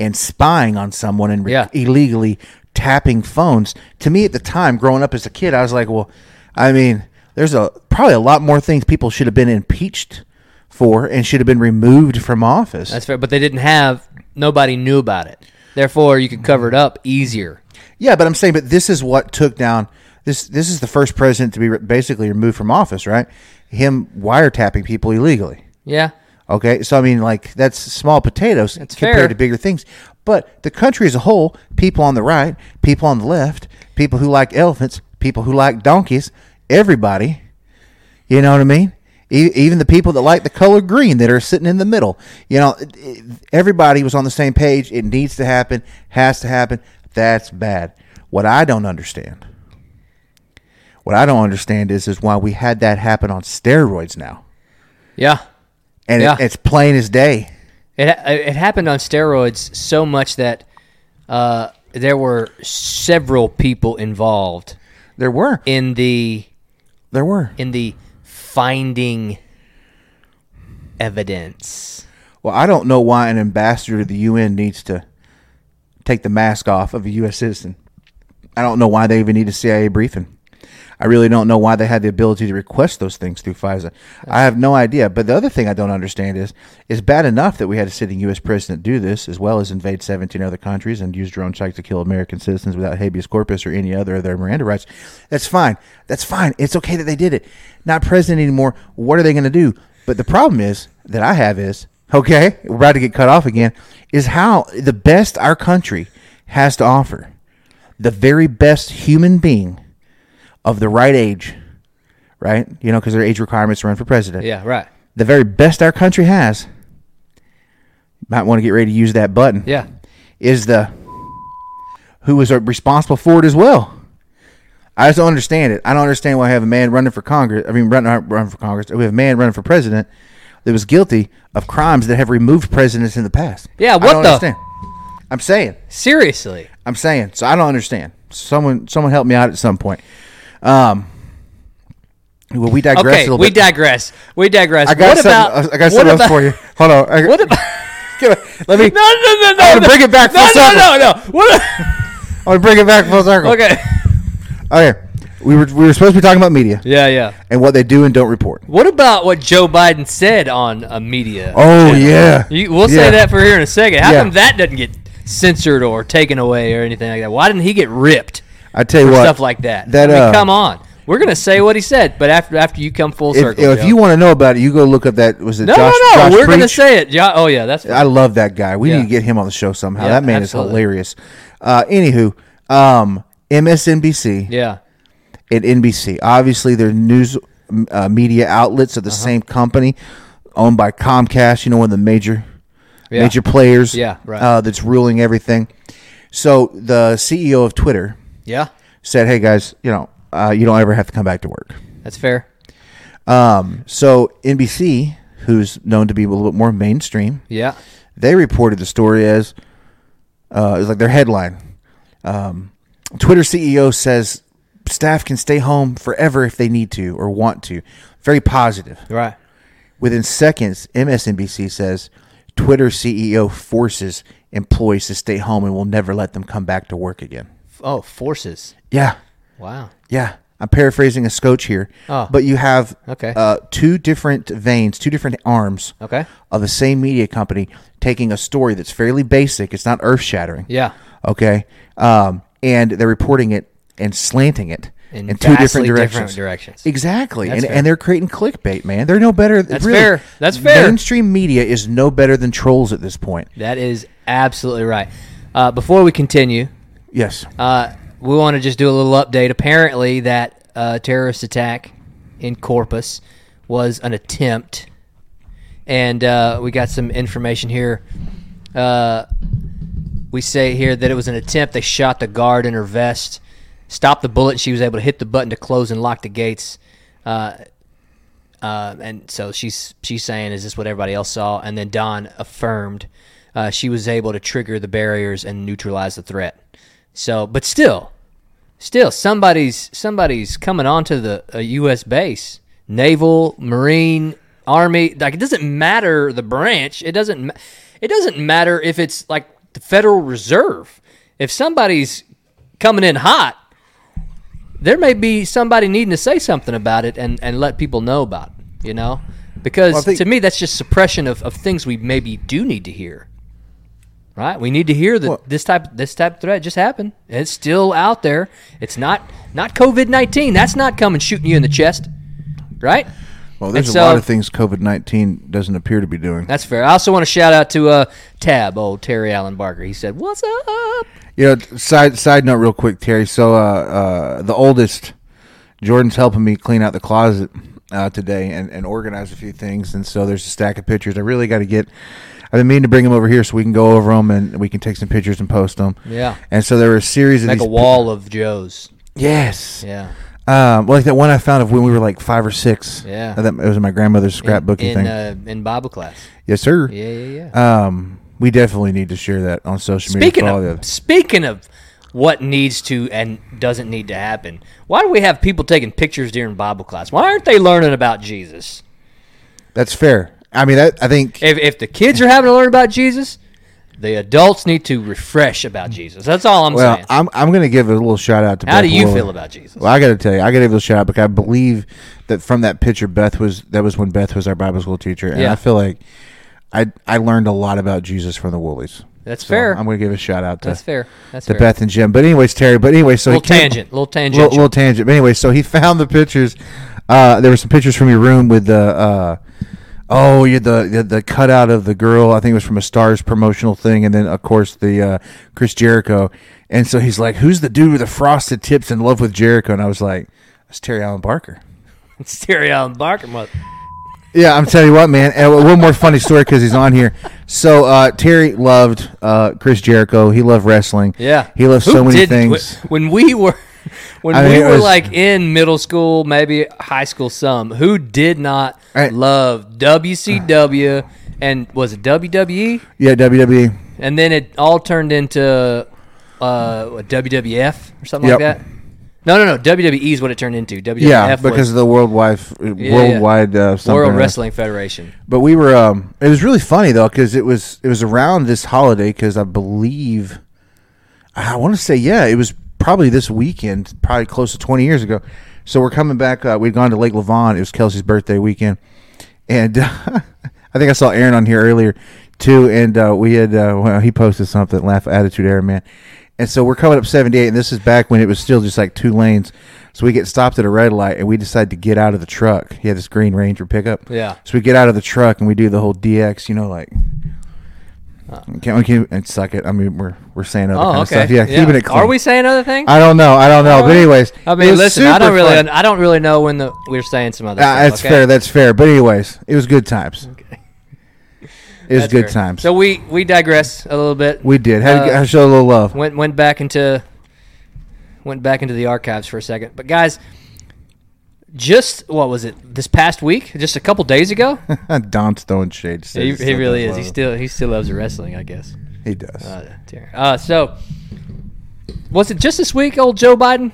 and spying on someone and re-
Yeah.
illegally tapping phones. To me, at the time, growing up as a kid, I was like, well, I mean, there's a probably a lot more things people should have been impeached for and should have been removed from office.
That's fair. But they didn't have. Nobody knew about it. Therefore, you could cover it up easier.
Yeah, but I'm saying, but this is what took down this. This is the first president to be re- basically removed from office, right? Him wiretapping people illegally.
Yeah.
Okay, so I mean, like that's small potatoes compared
fair.
to bigger things. But the country as a whole, people on the right, people on the left, people who like elephants, people who like donkeys, everybody. You know what I mean? E- even the people that like the color green that are sitting in the middle. You know, it- it- everybody was on the same page. It needs to happen, has to happen. That's bad. What I don't understand, what I don't understand is is why we had that happen on steroids now,
Yeah.
and it-
Yeah.
it's plain as day.
It it happened on steroids so much that uh, there were several people involved
There were.
in the
There were.
in the finding evidence.
Well, I don't know why an ambassador to the UN needs to take the mask off of a U.S. citizen. I don't know why they even need a CIA briefing. I really don't know why they had the ability to request those things through FISA. I have no idea. But the other thing I don't understand is it's bad enough that we had a sitting U.S. president do this, as well as invade 17 other countries and use drone strikes to kill American citizens without habeas corpus or any other of their Miranda rights. That's fine. That's fine. It's okay that they did it. Not president anymore. What are they going to do? But the problem is that I have is okay. We're about to get cut off again. Is how the best our country has to offer the very best human being of the right age, right? You know, because their age requirements to run for president.
Yeah. Right.
The very best our country has. Might want to get ready to use that button.
Yeah.
Is the who was responsible for it as well. I just don't understand it. I don't understand why I have a man running for Congress. I mean, running, not running for Congress. We have a man running for president that was guilty of crimes that have removed presidents in the past.
Yeah,
I
what
don't
the-
Understand. I'm saying.
Seriously.
I'm saying. So I don't understand. Someone, someone help me out at some point. Um, well, we digress a
Okay,
little
we
bit.
digress. We digress.
I got
what
something.
about?
else- I got something else
about,
for you. Hold on. I,
What about?
let me.
No, no, no, no.
I wanna
no.
bring it back full
No,
circle.
no, no, no. What?
I'm gonna bring it back full circle.
okay.
Okay. We were we were supposed to be talking about media
Yeah, yeah.
and what they do and don't report.
What about what Joe Biden said on uh, media?
Oh yeah.
You, we'll
Yeah.
say that for here in a second. How
Yeah.
come that doesn't get censored or taken away or anything like that? Why didn't he get ripped?
I tell you
for
what.
stuff like that.
That
I mean,
uh,
come on. We're gonna say what he said, but after after you come full
If,
circle,
if
Joe.
you want to know about it, you go look up that was it
no,
Josh?
no, no,
Josh
we're gonna
Preach?
say it. Jo- oh yeah, that's
I love that guy. We
Yeah.
need to get him on the show somehow.
Yeah,
that man
absolutely.
is hilarious. Uh, anywho, um, MSNBC.
yeah,
at NBC. Obviously, they're news m- uh, media outlets
Uh-huh.
of the same company, owned by Comcast. You know, one of the major
Yeah.
major players.
Yeah, right.
Uh, that's ruling everything. So the CEO of Twitter
yeah.
said, "Hey guys, you know, uh, you don't ever have to come back to work."
That's fair.
Um, so NBC, who's known to be a little bit more mainstream,
Yeah,
they reported the story as Uh, it was like their headline. Um, Twitter CEO says staff can stay home forever if they need to or want to. Very positive.
Right.
Within seconds, MSNBC says Twitter CEO forces employees to stay home and will never let them come back to work again.
Oh, forces.
Yeah.
Wow.
Yeah. I'm paraphrasing a scotch here.
Oh.
But you have
Okay.
uh, two different veins, two different arms
Okay.
of the same media company taking a story that's fairly basic. It's not earth shattering.
Yeah.
Okay. Um, and they're reporting it and slanting it
In
in, two
vastly
different
different
directions.
directions.
Exactly.
That's
And,
fair.
and they're creating clickbait, man. They're no better.
That's fair. That's fair.
Mainstream media is no better than trolls at this point.
That is absolutely right. Uh, before we continue,
Yes.
uh, we want to just do a little update. Apparently, that uh, terrorist attack in Corpus was an attempt, and uh, we got some information here. Uh, we say here that it was an attempt. They shot the guard in her vest, stopped the bullet. And she was able to hit the button to close and lock the gates. Uh, uh, and so she's she's saying, "Is this what everybody else saw?" And then Don affirmed uh, she was able to trigger the barriers and neutralize the threat. So, but still, still somebody's somebody's coming onto the a U.S. base, naval, marine, army. Like it doesn't matter the branch. It doesn't. ma- It doesn't matter if it's like the Federal Reserve. If somebody's coming in hot, there may be somebody needing to say something about it and, and let people know about it, you know? Because
Well, I think-
to me, that's just suppression of, of things we maybe do need to hear. Right? We need to hear that
Well-
this type this type of threat just happened. And it's still out there. It's not not COVID nineteen. That's not coming shooting you in the chest. Right?
Well, there's
and
a
so-
lot of things COVID 19 doesn't appear to be doing.
That's fair. I also want to shout out to uh, Tab, old Terry Allen Barker. He said, What's up?
You know, side side note, real quick, Terry. So, uh, uh, the oldest, Jordan's helping me clean out the closet uh, today and, and organize a few things. And so, there's a stack of pictures. I really got to get. I've been meaning to bring them over here so we can go over them and we can take some pictures and post them.
Yeah.
And so there were a series of
Make
these
a wall of Joe's.
Yes.
Yeah.
Um, like that one I found of when we were like five or six.
Yeah.
That, it was in my grandmother's scrapbooking
in,
thing.
Uh, in Bible class.
yes, sir.
Yeah, yeah, yeah.
Um, we definitely need to share that on social
Speaking
media. for all the
of
other-
speaking of what needs to and doesn't need to happen, why do we have people taking pictures during Bible class? Why aren't they learning about Jesus?
that's fair. I mean, that I think
If, if the kids are having to learn about Jesus, the adults need to refresh about Jesus. That's all I'm
Well,
saying.
I'm, I'm going to give a little shout out to.
How
Beth
do you
Willard.
feel about Jesus?
Well, I got to tell you, I got to give a little shout out because I believe that from that picture, Beth was that was when Beth was our Bible school teacher, and
Yeah.
I feel like I I learned a lot about Jesus from the Woolies.
That's
So
fair.
I'm going to give a shout out to
That's fair. That's
to
fair.
Beth and Jim. But anyways, Terry. But anyway, so he
Little
came-
tangent, little tangent.
little, little tangent. But anyway, so he found the pictures. Uh, there were some pictures from your room with the. Uh, Oh, you had the, the the cutout of the girl. I think it was from a Stars promotional thing, and then of course the uh, Chris Jericho. And so he's like, "Who's the dude with the frosted tips in love with Jericho?" And I was like, "That's Terry Allen Barker."
Stereo and Barker, mother.
Yeah, I'm telling you what, man. And one more funny story because he's on here. So uh, Terry loved uh, Chris Jericho. He loved wrestling.
Yeah,
he loved so
Who
many
didn't?
things.
Wh- When we were, when
I mean,
we
it
were
was-
like in middle school, maybe high school, some who did not
Right.
love WCW and was it E? WWE,
Yeah, E. WWE.
and then it all turned into uh, what, WWF or something like
Yep.
that. No, no, no. WWE is what it turned into. WWF
Yeah,
was
because of the worldwide, worldwide uh, something
World
or-
Wrestling Federation.
But we were. Um, it was really funny though because it was it was around this holiday because I believe I want to say yeah it was probably this weekend, probably close to twenty years ago. So we're coming back. Uh, we'd gone to Lake Levon. It was Kelsey's birthday weekend, and I think I saw Aaron on here earlier too. And uh, we had uh, well, he posted something. Laugh attitude, Aaron man. And so we're coming up 78, and this is back when it was still just like two lanes. So we get stopped at a red light, and we decide to get out of the truck. He had this Green Ranger pickup.
Yeah.
So we get out of the truck and we do the whole DX, you know, like can we can and suck it. I mean, we're we're saying other kind
Oh,
of
okay.
stuff. Yeah, keeping it clean.
Are we saying other things?
I don't know. I don't know. But anyways,
I
it
mean,
was
listen, I don't
super
really,
fun.
I don't really know when the we're saying some other.
Ah,
stuff,
that's
okay?
fair. That's fair. But anyways, it was good times. It was
That's
good
fair.
times.
So we we digress a little bit.
we did. Had
Uh,
to show a little love.
went went back into went back into the archives for a second. But guys, just what was it? This past week, just a couple days ago.
Don Stone Shade.
he,
says
he
something
really is.
about
He
it.
still he still loves wrestling, I guess.
He does.
Uh, dear. Uh, so, was it just this week, old Joe Biden?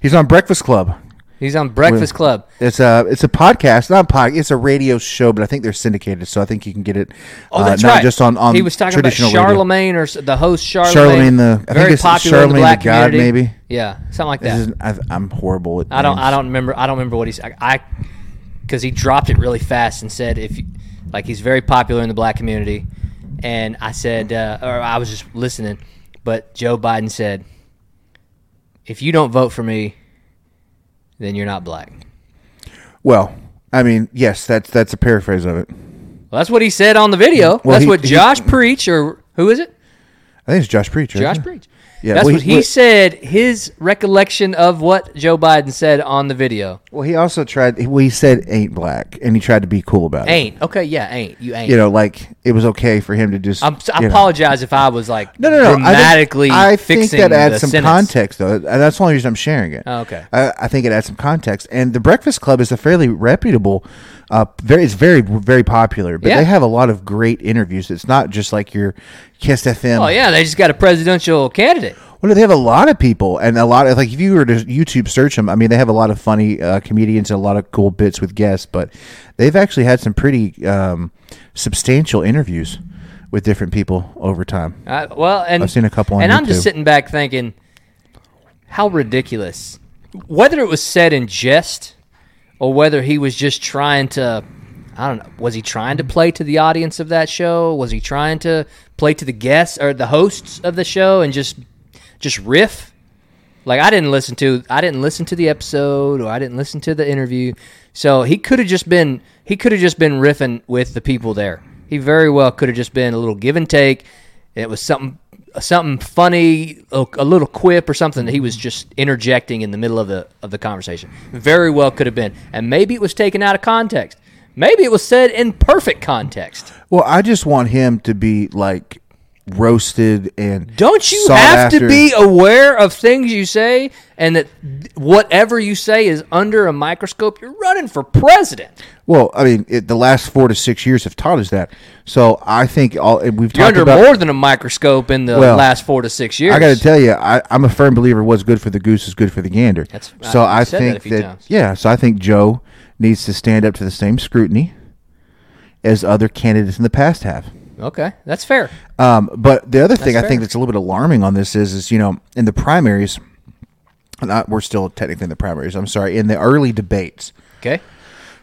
He's on Breakfast Club.
He's on Breakfast
Well-
Club.
It's a it's a podcast, not a pod. It's a radio show, but I think they're syndicated, so I think you can get it.
Oh,
uh,
that's
not
right.
Just on, on
he was talking about
traditional radio.
Charlemagne or s- the host Charlemagne.
Charlemagne the- I
very
think it's
popular in the
Charlemagne
black
the God,
community.
maybe.
Yeah, something like
This
that.
isn't- I've, I'm horrible at.
I don't.
names.
I don't remember. I don't remember what he's. I because he dropped it really fast and said if you- like he's very popular in the black community, and I said uh, or I was just listening, but Joe Biden said, if you don't vote for me, then you're not black.
Well, I mean, yes, that's that's a paraphrase of it.
Well, that's what he said on the video.
Mm, Well,
that's
he-
what
he-
Josh Preach or who is it?
I think it's Josh Preacher.
Josh Preach.
Yeah,
that's
well,
what
he-
he
well-
said. His recollection of what Joe Biden said on the video
Well, he also tried. Well, he said ain't black, and he tried to be cool about it.
ain't okay. Yeah, ain't you ain't.
You know, like it was okay for him to just.
I'm, I
you know.
apologize if I was like
No, no, no.
dramatically
I think, I
fixing
think that adds
the
some
sentence.
context, though. And That's the only reason I'm sharing it.
Oh, okay.
I, I think it adds some context. And the Breakfast Club is a fairly reputable. Uh, very, it's very, very popular. But
Yeah.
they have a lot of great interviews. It's not just like your Kiss FM.
Oh yeah, they just got a presidential candidate.
Well, they have a lot of people and a lot of like if you were to YouTube search them, I mean, they have a lot of funny uh, comedians and a lot of cool bits with guests, but they've actually had some pretty um, substantial interviews with different people over time.
Uh, well, and
I've seen a couple on
and I'm just
YouTube.
sitting back thinking, how ridiculous. Whether it was said in jest, or whether he was just trying to, I don't know, was he trying to play to the audience of that show? Was he trying to play to the guests or the hosts of the show and just, just riff? Like I didn't listen to, I didn't listen to the episode, or I didn't listen to the interview. So he could have just been, he could have just been riffing with the people there. He very well could have just been a little give and take. It was something, something funny, a, a little quip or something that he was just interjecting in the middle of the of the conversation. Very well could have been, and maybe it was taken out of context. Maybe it was said in perfect context.
Well, I just want him to be like roasted and
Don't you
sought
have to
after.
be aware of things you say and that whatever you say is under a microscope? You're running for president.
Well, I mean, it, the last four to six years have taught us that. So I think all and we've
You're
talked
under
about
more than a microscope in the
Well,
last four to six years.
I got to tell you, I, I'm a firm believer. What's good for the goose is good for the gander.
That's-
so.
I-
I,
you've said that a
think
few
that,
times.
yeah. So I think Joe needs to stand up to the same scrutiny as other candidates in the past have.
Okay, that's fair.
Um, but the other thing I
fair.
think that's a little bit alarming on this is, is you know, in the primaries, not, we're still technically in the primaries. I'm sorry, in the early debates
Okay.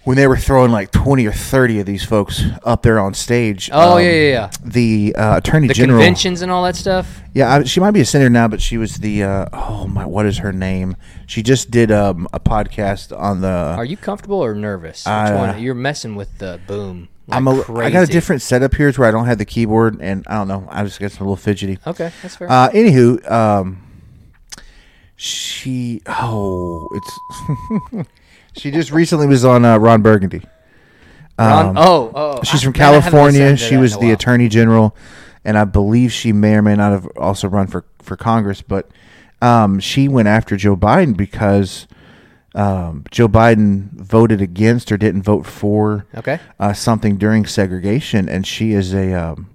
when they were throwing like 20 or 30 of these folks up there on stage.
Oh
um,
yeah, yeah, yeah.
The uh, attorney
The
general.
conventions and all that stuff.
Yeah, I, she might be a senator now, but she was the uh, oh my, what is her name? She just did um, a podcast on the.
Are you comfortable or nervous? Which
I, uh,
one? You're messing with the boom. Like
I'm a, I
crazy.
got a different setup here to where I don't have the keyboard, and I don't know. I just get a little fidgety.
Okay, that's fair.
Uh, anywho, um, she oh it's she just recently was on uh, Ron Burgundy.
Ron- oh, oh,
Um, She's
I-
from
man, I haven't
California.
listened to that
She
in
was
a
the
while.
attorney general, and I believe she may or may not have also run for for Congress. But um, she went after Joe Biden because um, Joe Biden voted against or didn't vote for
Okay.
uh, something during segregation, and she is a um,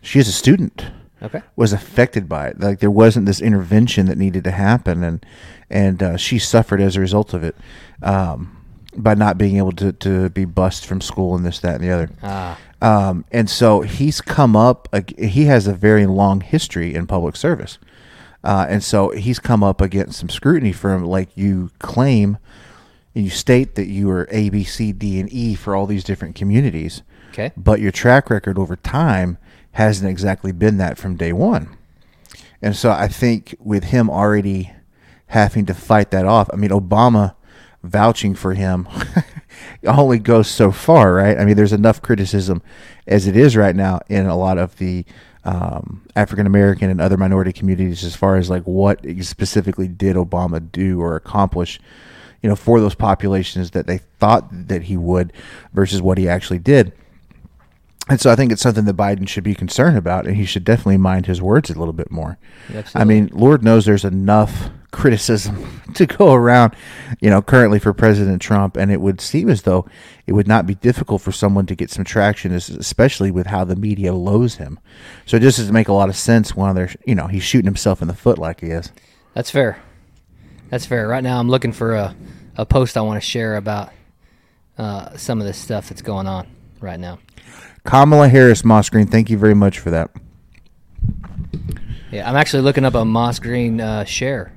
she is a student.
Okay.
was affected by it. Like there wasn't this intervention that needed to happen, and and uh, she suffered as a result of it. Um, by not being able to, to be bussed from school and this, that, and the other.
Ah.
Um, and so he's come up, ag- he has a very long history in public service. Uh, and so he's come up against some scrutiny from like you claim and you state that you are A, B, C, D, and E for all these different communities.
Okay.
But your track record over time hasn't exactly been that from day one. And so I think with him already having to fight that off, I mean, Obama vouching for him only goes so far, right? I mean, there's enough criticism as it is right now in a lot of the um, African American and other minority communities as far as like what specifically did Obama do or accomplish. You know, for those populations that they thought that he would, versus what he actually did And so I think it's something that Biden should be concerned about, and he should definitely mind his words a little bit more. I
absolutely.
mean, Lord knows there's enough criticism to go around, you know, currently for President Trump, and it would seem as though it would not be difficult for someone to get some traction, es- especially with how the media loathes him. So it just doesn't make a lot of sense. One of their, you know, he's shooting himself in the foot like he is.
That's fair. That's fair. Right now, I'm looking for a, a post I want to share about uh, some of this stuff that's going on right now.
Kamala Harris, Moss Green, thank you very much for that.
Yeah, I'm actually looking up a Moss Green uh, share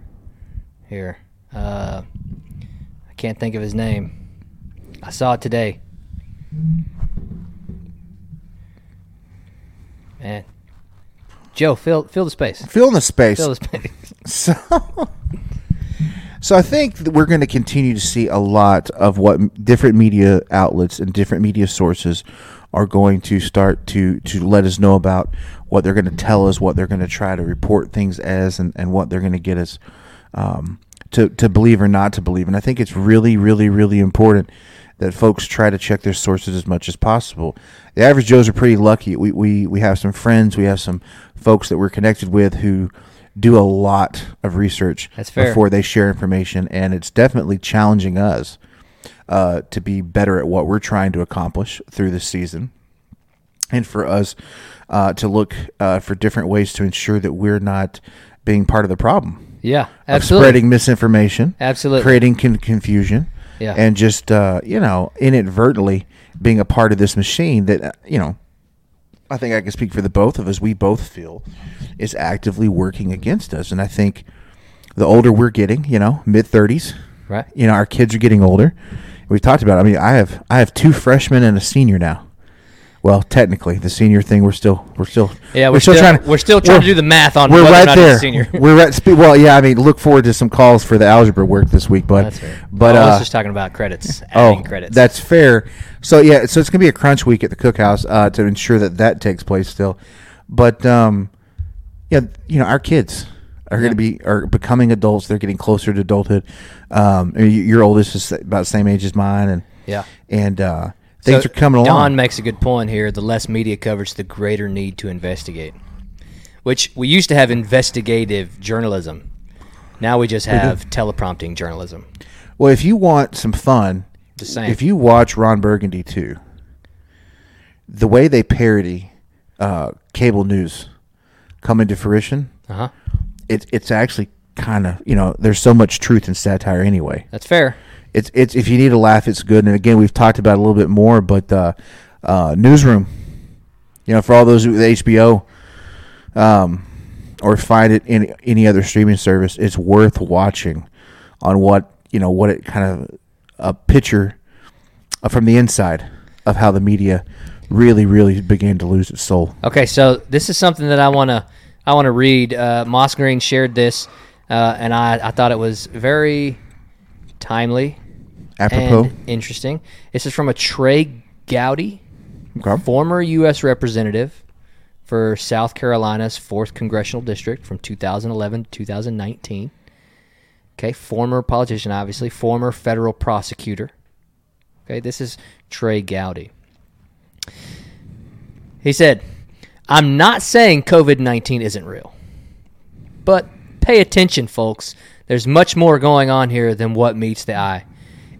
here. Uh, I can't think of his name. I saw it today. Man, Joe, fill fill the space.
Fill in the space.
Fill the space.
So, so I think that we're going to continue to see a lot of what m- different media outlets and different media sources are going to start to to let us know about what they're going to tell us, what they're going to try to report things as, and, and what they're going to get us um, to to believe or not to believe. And I think it's really, really, really important that folks try to check their sources as much as possible. The average Joes are pretty lucky. We, we, we have some friends, we have some folks that we're connected with who do a lot of research
That's fair.
before they share information, and it's definitely challenging us uh, to be better at what we're trying to accomplish through this season and for us uh, to look uh, for different ways to ensure that we're not being part of the problem
Yeah,
of
absolutely.
spreading misinformation,
Absolutely.
creating con- confusion,
Yeah.
and just uh, you know inadvertently being a part of this machine that uh, you know. I think I can speak for the both of us. We both feel is actively working against us, and I think the older we're getting, you know, mid thirties,
Right.
You know, our kids are getting older. We've talked about. It. I mean, I have I have two freshmen and a senior now. Well, technically, the senior thing we're still we're still
Yeah, we're, still,
trying
we're still trying to do the math on
we're
whether or
right
not he's
there.
a senior.
We're right. spe- Well, yeah. I mean, look forward to some calls for the algebra work this week, but
That's fair.
but
oh, I
uh, Oh,
was just talking about credits. Adding credits.
that's fair. So yeah, so it's gonna be a crunch week at the cookhouse uh, to ensure that that takes place still. But um, yeah, you know, our kids are gonna be are becoming adults. They're getting closer to adulthood. Um, y- your oldest is about the same age as mine, and
Yeah.
and uh, things
So
are coming along.
Don makes a good point here. The less media coverage, the greater need to investigate. Which we used to have investigative journalism. Now we just have teleprompting journalism.
Well, if you want some fun,
The same.
if you watch Ron Burgundy too, the way they parody uh, cable news come into fruition,
Uh huh.
it's it's actually kind of you know there's so much truth in satire anyway.
That's fair.
It's it's if you need a laugh, it's good. And again, we've talked about it a little bit more, but uh, uh, newsroom, you know, for all those with HBO, um, or find it in any other streaming service, it's worth watching on what you know what it kind of a picture uh, from the inside of how the media really really began to lose its soul.
Okay, so this is something that I wanna I wanna read. Uh, Moss Green shared this, uh, and I, I thought it was very timely
Apropos,
and interesting. This is from a Trey Gowdy.
Okay.
former U.S. representative for South Carolina's 4th Congressional District from 2011 to 2019. Okay, former politician, obviously, former federal prosecutor. Okay, this is Trey Gowdy. He said, I'm not saying COVID 19 isn't real, but pay attention, folks. There's much more going on here than what meets the eye.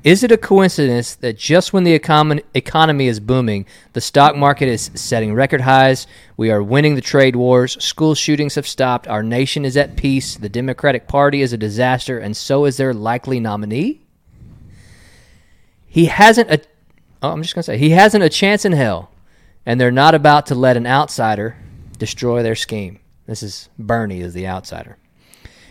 Is it a coincidence that just when the econ- economy is booming, the stock market is setting record highs, we are winning the trade wars, school shootings have stopped, our nation is at peace, the Democratic Party is a disaster, and so is their likely nominee? He hasn't a oh, I'm just going to say he hasn't a chance in hell, and they're not about to let an outsider destroy their scheme. This is Bernie is the outsider.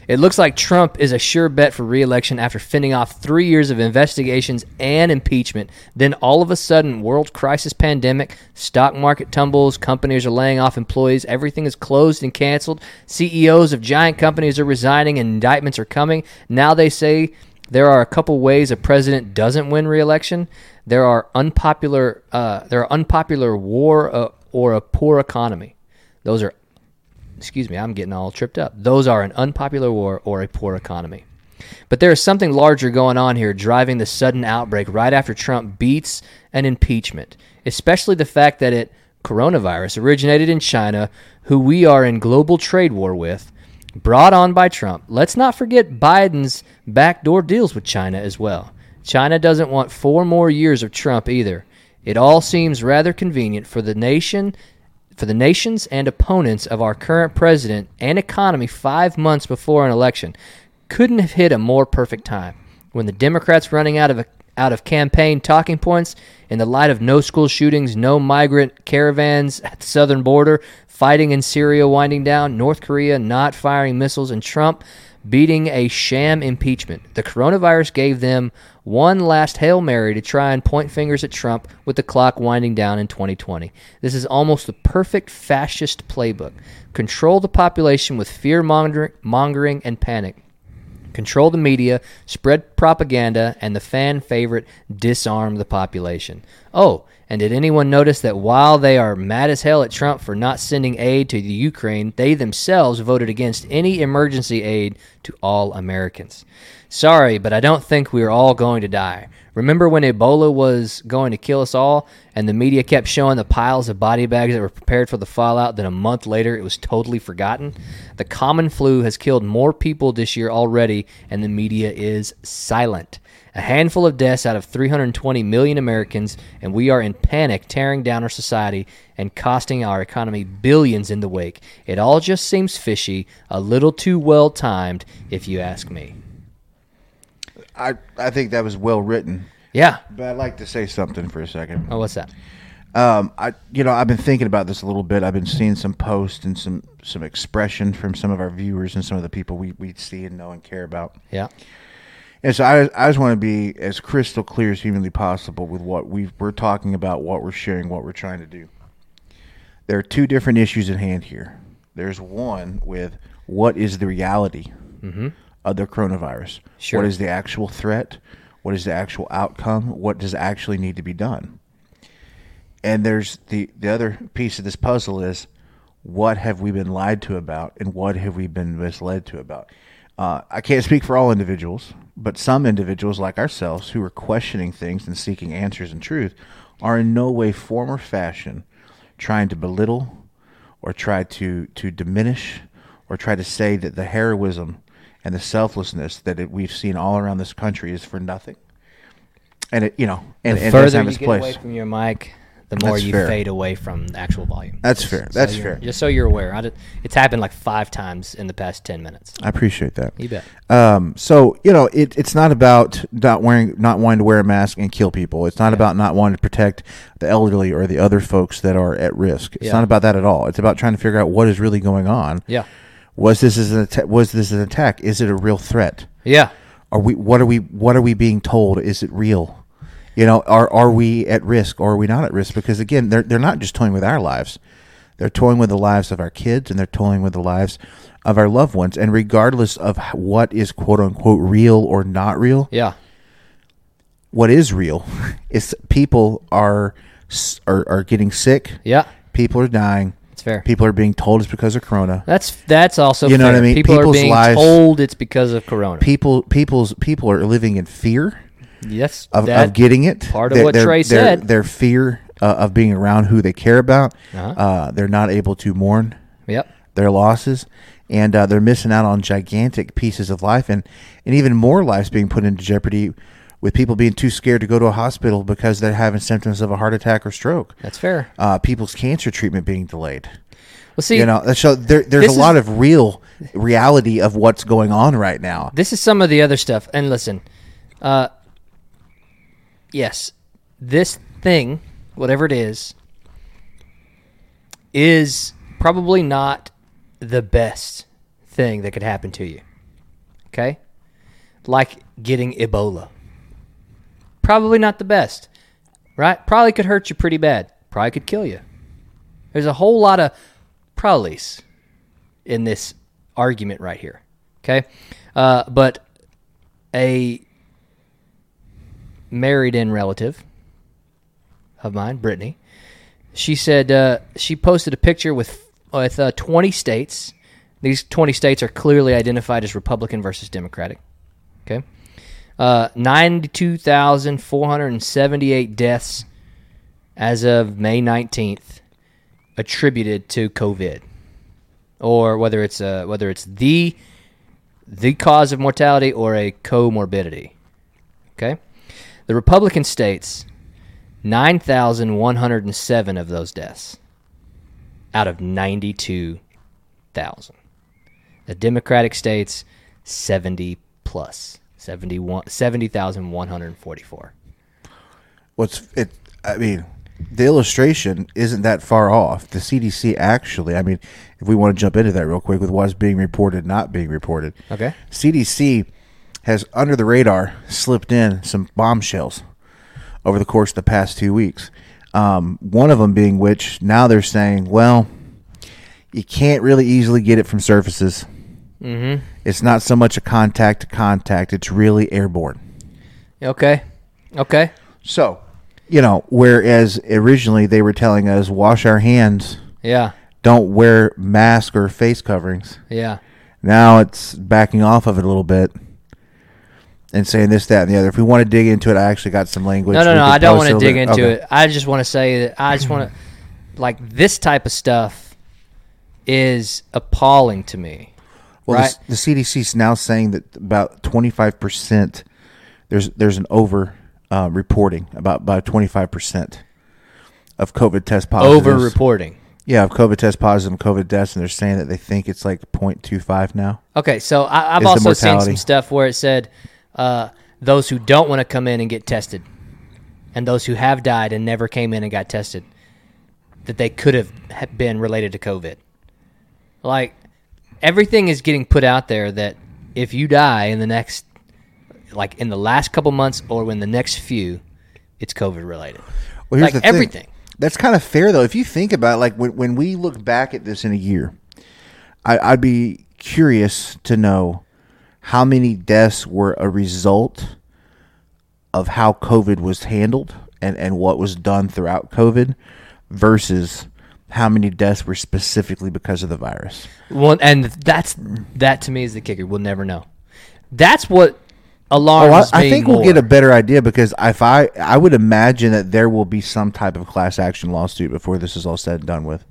It looks like Trump is a sure bet for reelection after fending off three years of investigations and impeachment. Then all of a sudden, world crisis pandemic, stock market tumbles, companies are laying off employees, everything is closed and canceled. CEOs of giant companies are resigning and indictments are coming. Now they say there are a couple ways a president doesn't win reelection. There are unpopular, uh, there are unpopular war uh, or a poor economy. Those are excuse me, I'm getting all tripped up. Those are an unpopular war or a poor economy. But there is something larger going on here driving the sudden outbreak right after Trump beats an impeachment, especially the fact that it, coronavirus originated in China, who we are in global trade war with, brought on by Trump. Let's not forget Biden's backdoor deals with China as well. China doesn't want four more years of Trump either. It all seems rather convenient for the nation for the nations and opponents of our current president and economy five months before an election couldn't have hit a more perfect time when the democrats running out of out of campaign talking points in the light of no school shootings no migrant caravans at the southern border fighting in syria winding down north korea not firing missiles and trump beating a sham impeachment the coronavirus gave them one last hail mary to try and point fingers at trump with the clock winding down in 2020 this is almost the perfect fascist playbook control the population with fear mongering mongering and panic control the media, spread propaganda, and the fan favorite disarm the population. Oh, and did anyone notice that while they are mad as hell at Trump for not sending aid to the Ukraine, they themselves voted against any emergency aid to all Americans? Sorry, but I don't think we are all going to die. Remember when Ebola was going to kill us all, and the media kept showing the piles of body bags that were prepared for the fallout, then a month later it was totally forgotten? The common flu has killed more people this year already, and the media is silent. A handful of deaths out of 320 million Americans, and we are in panic, tearing down our society and costing our economy billions in the wake. It all just seems fishy, a little too well timed, if you ask me.
I I think that was well written.
Yeah.
But I'd like to say something for a second.
Oh, what's that?
Um, I you know I've been thinking about this a little bit. I've been seeing some posts and some some expression from some of our viewers and some of the people we we see and know and care about.
Yeah.
And so I I just want to be as crystal clear as humanly possible with what we we're talking about, what we're sharing, what we're trying to do. There are two different issues at hand here. There's one with what is the reality of the coronavirus?
Sure.
What is the actual threat? What is the actual outcome? What does actually need to be done? And there's the, the other piece of this puzzle is what have we been lied to about and what have we been misled to about? Uh, I can't speak for all individuals, but some individuals like ourselves who are questioning things and seeking answers and truth are in no way, form, or fashion trying to belittle or try to, to diminish or try to say that the heroism and the selflessness that it, we've seen all around this country is for nothing. And it, you know, and,
the
and doesn't
further
have
you
its
get
place.
away from your mic, the more
That's
you
fair.
fade away from the actual volume.
That's fair. That's
so you're-
fair.
Just so you're aware, I did, it's happened like five times in the past ten minutes.
I appreciate that.
You bet.
Um, so you know, it, it's not about not wearing, not wanting to wear a mask and kill people. It's not about not wanting to protect the elderly or the other folks that are at risk. It's
Yeah.
not about that at all. It's about trying to figure out what is really going on.
Yeah.
Was this as an atta- was this an attack? Is it a real threat?
Yeah.
Are we? What are we? What are we being told? Is it real? You know, are are we at risk or are we not at risk? Because again, they're they're not just toying with our lives; they're toying with the lives of our kids and they're toying with the lives of our loved ones. And regardless of h- what is quote unquote real or not real,
Yeah.
what is real is people are s- are are getting sick.
Yeah.
people are dying.
It's fair.
People are being told it's because of corona.
That's that's also
You know
fair.
what I mean?
People
People's
are being
lives-
told it's because of Corona.
People people's people are living in fear.
yes,
of,
that-
of getting it.
part of what Trey
their,
said.
Their fear uh, of being around who they care about.
Uh-huh.
Uh, they're not able to mourn
Yep.
their losses, and uh, they're missing out on gigantic pieces of life, and and even more lives being put into jeopardy with people being too scared to go to a hospital because they're having symptoms of a heart attack or stroke.
That's fair.
Uh, people's cancer treatment being delayed.
Well, see,
you know, so there, there's a
this is-
lot of real reality of what's going on right now.
this is some of the other stuff. And listen, uh, yes, this thing, whatever it is, is probably not the best thing that could happen to you. Okay? Like getting Ebola. Probably not the best, right? Probably could hurt you pretty bad. Probably could kill you. There's a whole lot of probablys in this argument right here. Okay, uh, but a married-in relative of mine, Brittany, she said uh, she posted a picture with with uh, 20 states. These 20 states are clearly identified as Republican versus Democratic. Okay, uh, 92,478 deaths as of May 19th attributed to COVID, or whether it's uh, whether it's the the cause of mortality or a comorbidity. Okay, the Republican states nine thousand one hundred and seven of those deaths out of ninety two thousand. The Democratic states seventy plus. 71 70,144.
what's it i mean the illustration isn't that far off the cdc actually i mean if we want to jump into that real quick with what's being reported not being reported
Okay.
cdc has under the radar slipped in some bombshells over the course of the past two weeks um, one of them being which now they're saying well you can't really easily get it from surfaces mm-hmm. it's not so much a contact to contact it's really airborne
Okay. Okay.
so, you know, whereas originally they were telling us wash our hands,
Yeah.
don't wear masks or face coverings.
Yeah.
Now it's backing off of it a little bit and saying this, that, and the other. If we want to dig into it, I actually got some language.
No, no,
we
no.
could
I don't
post
want to
over-
dig into
okay.
it. I just want to say that I just want to, like, this type of stuff is appalling to me.
Well,
right?
the, the CDC is now saying that about twenty five percent. There's there's an over uh, reporting about about twenty five percent of COVID test positives.
Over reporting.
Yeah, of COVID test positive and COVID deaths, and they're saying that they think it's like 0.25 now.
Okay. So I,
Is
I've
the
also seen
mortality.
some stuff where it said uh, those who don't want to come in and get tested and those who have died and never came in and got tested that they could have ha- been related to COVID. Like, everything is getting put out there that if you die in the next like in the last couple months or in the next few, it's COVID related.
Well,
Like everything.
That's kind of fair though. If you think about it, like when when we look back at this in a year, I, I'd be curious to know how many deaths were a result of how COVID was handled and and what was done throughout COVID versus how many deaths were specifically because of the virus.
Well, and that's that to me is the kicker. We'll never know. That's what alarms
Oh, I,
me
I think
more.
we'll get a better idea because if I I would imagine that there will be some type of class action lawsuit before this is all said and done with.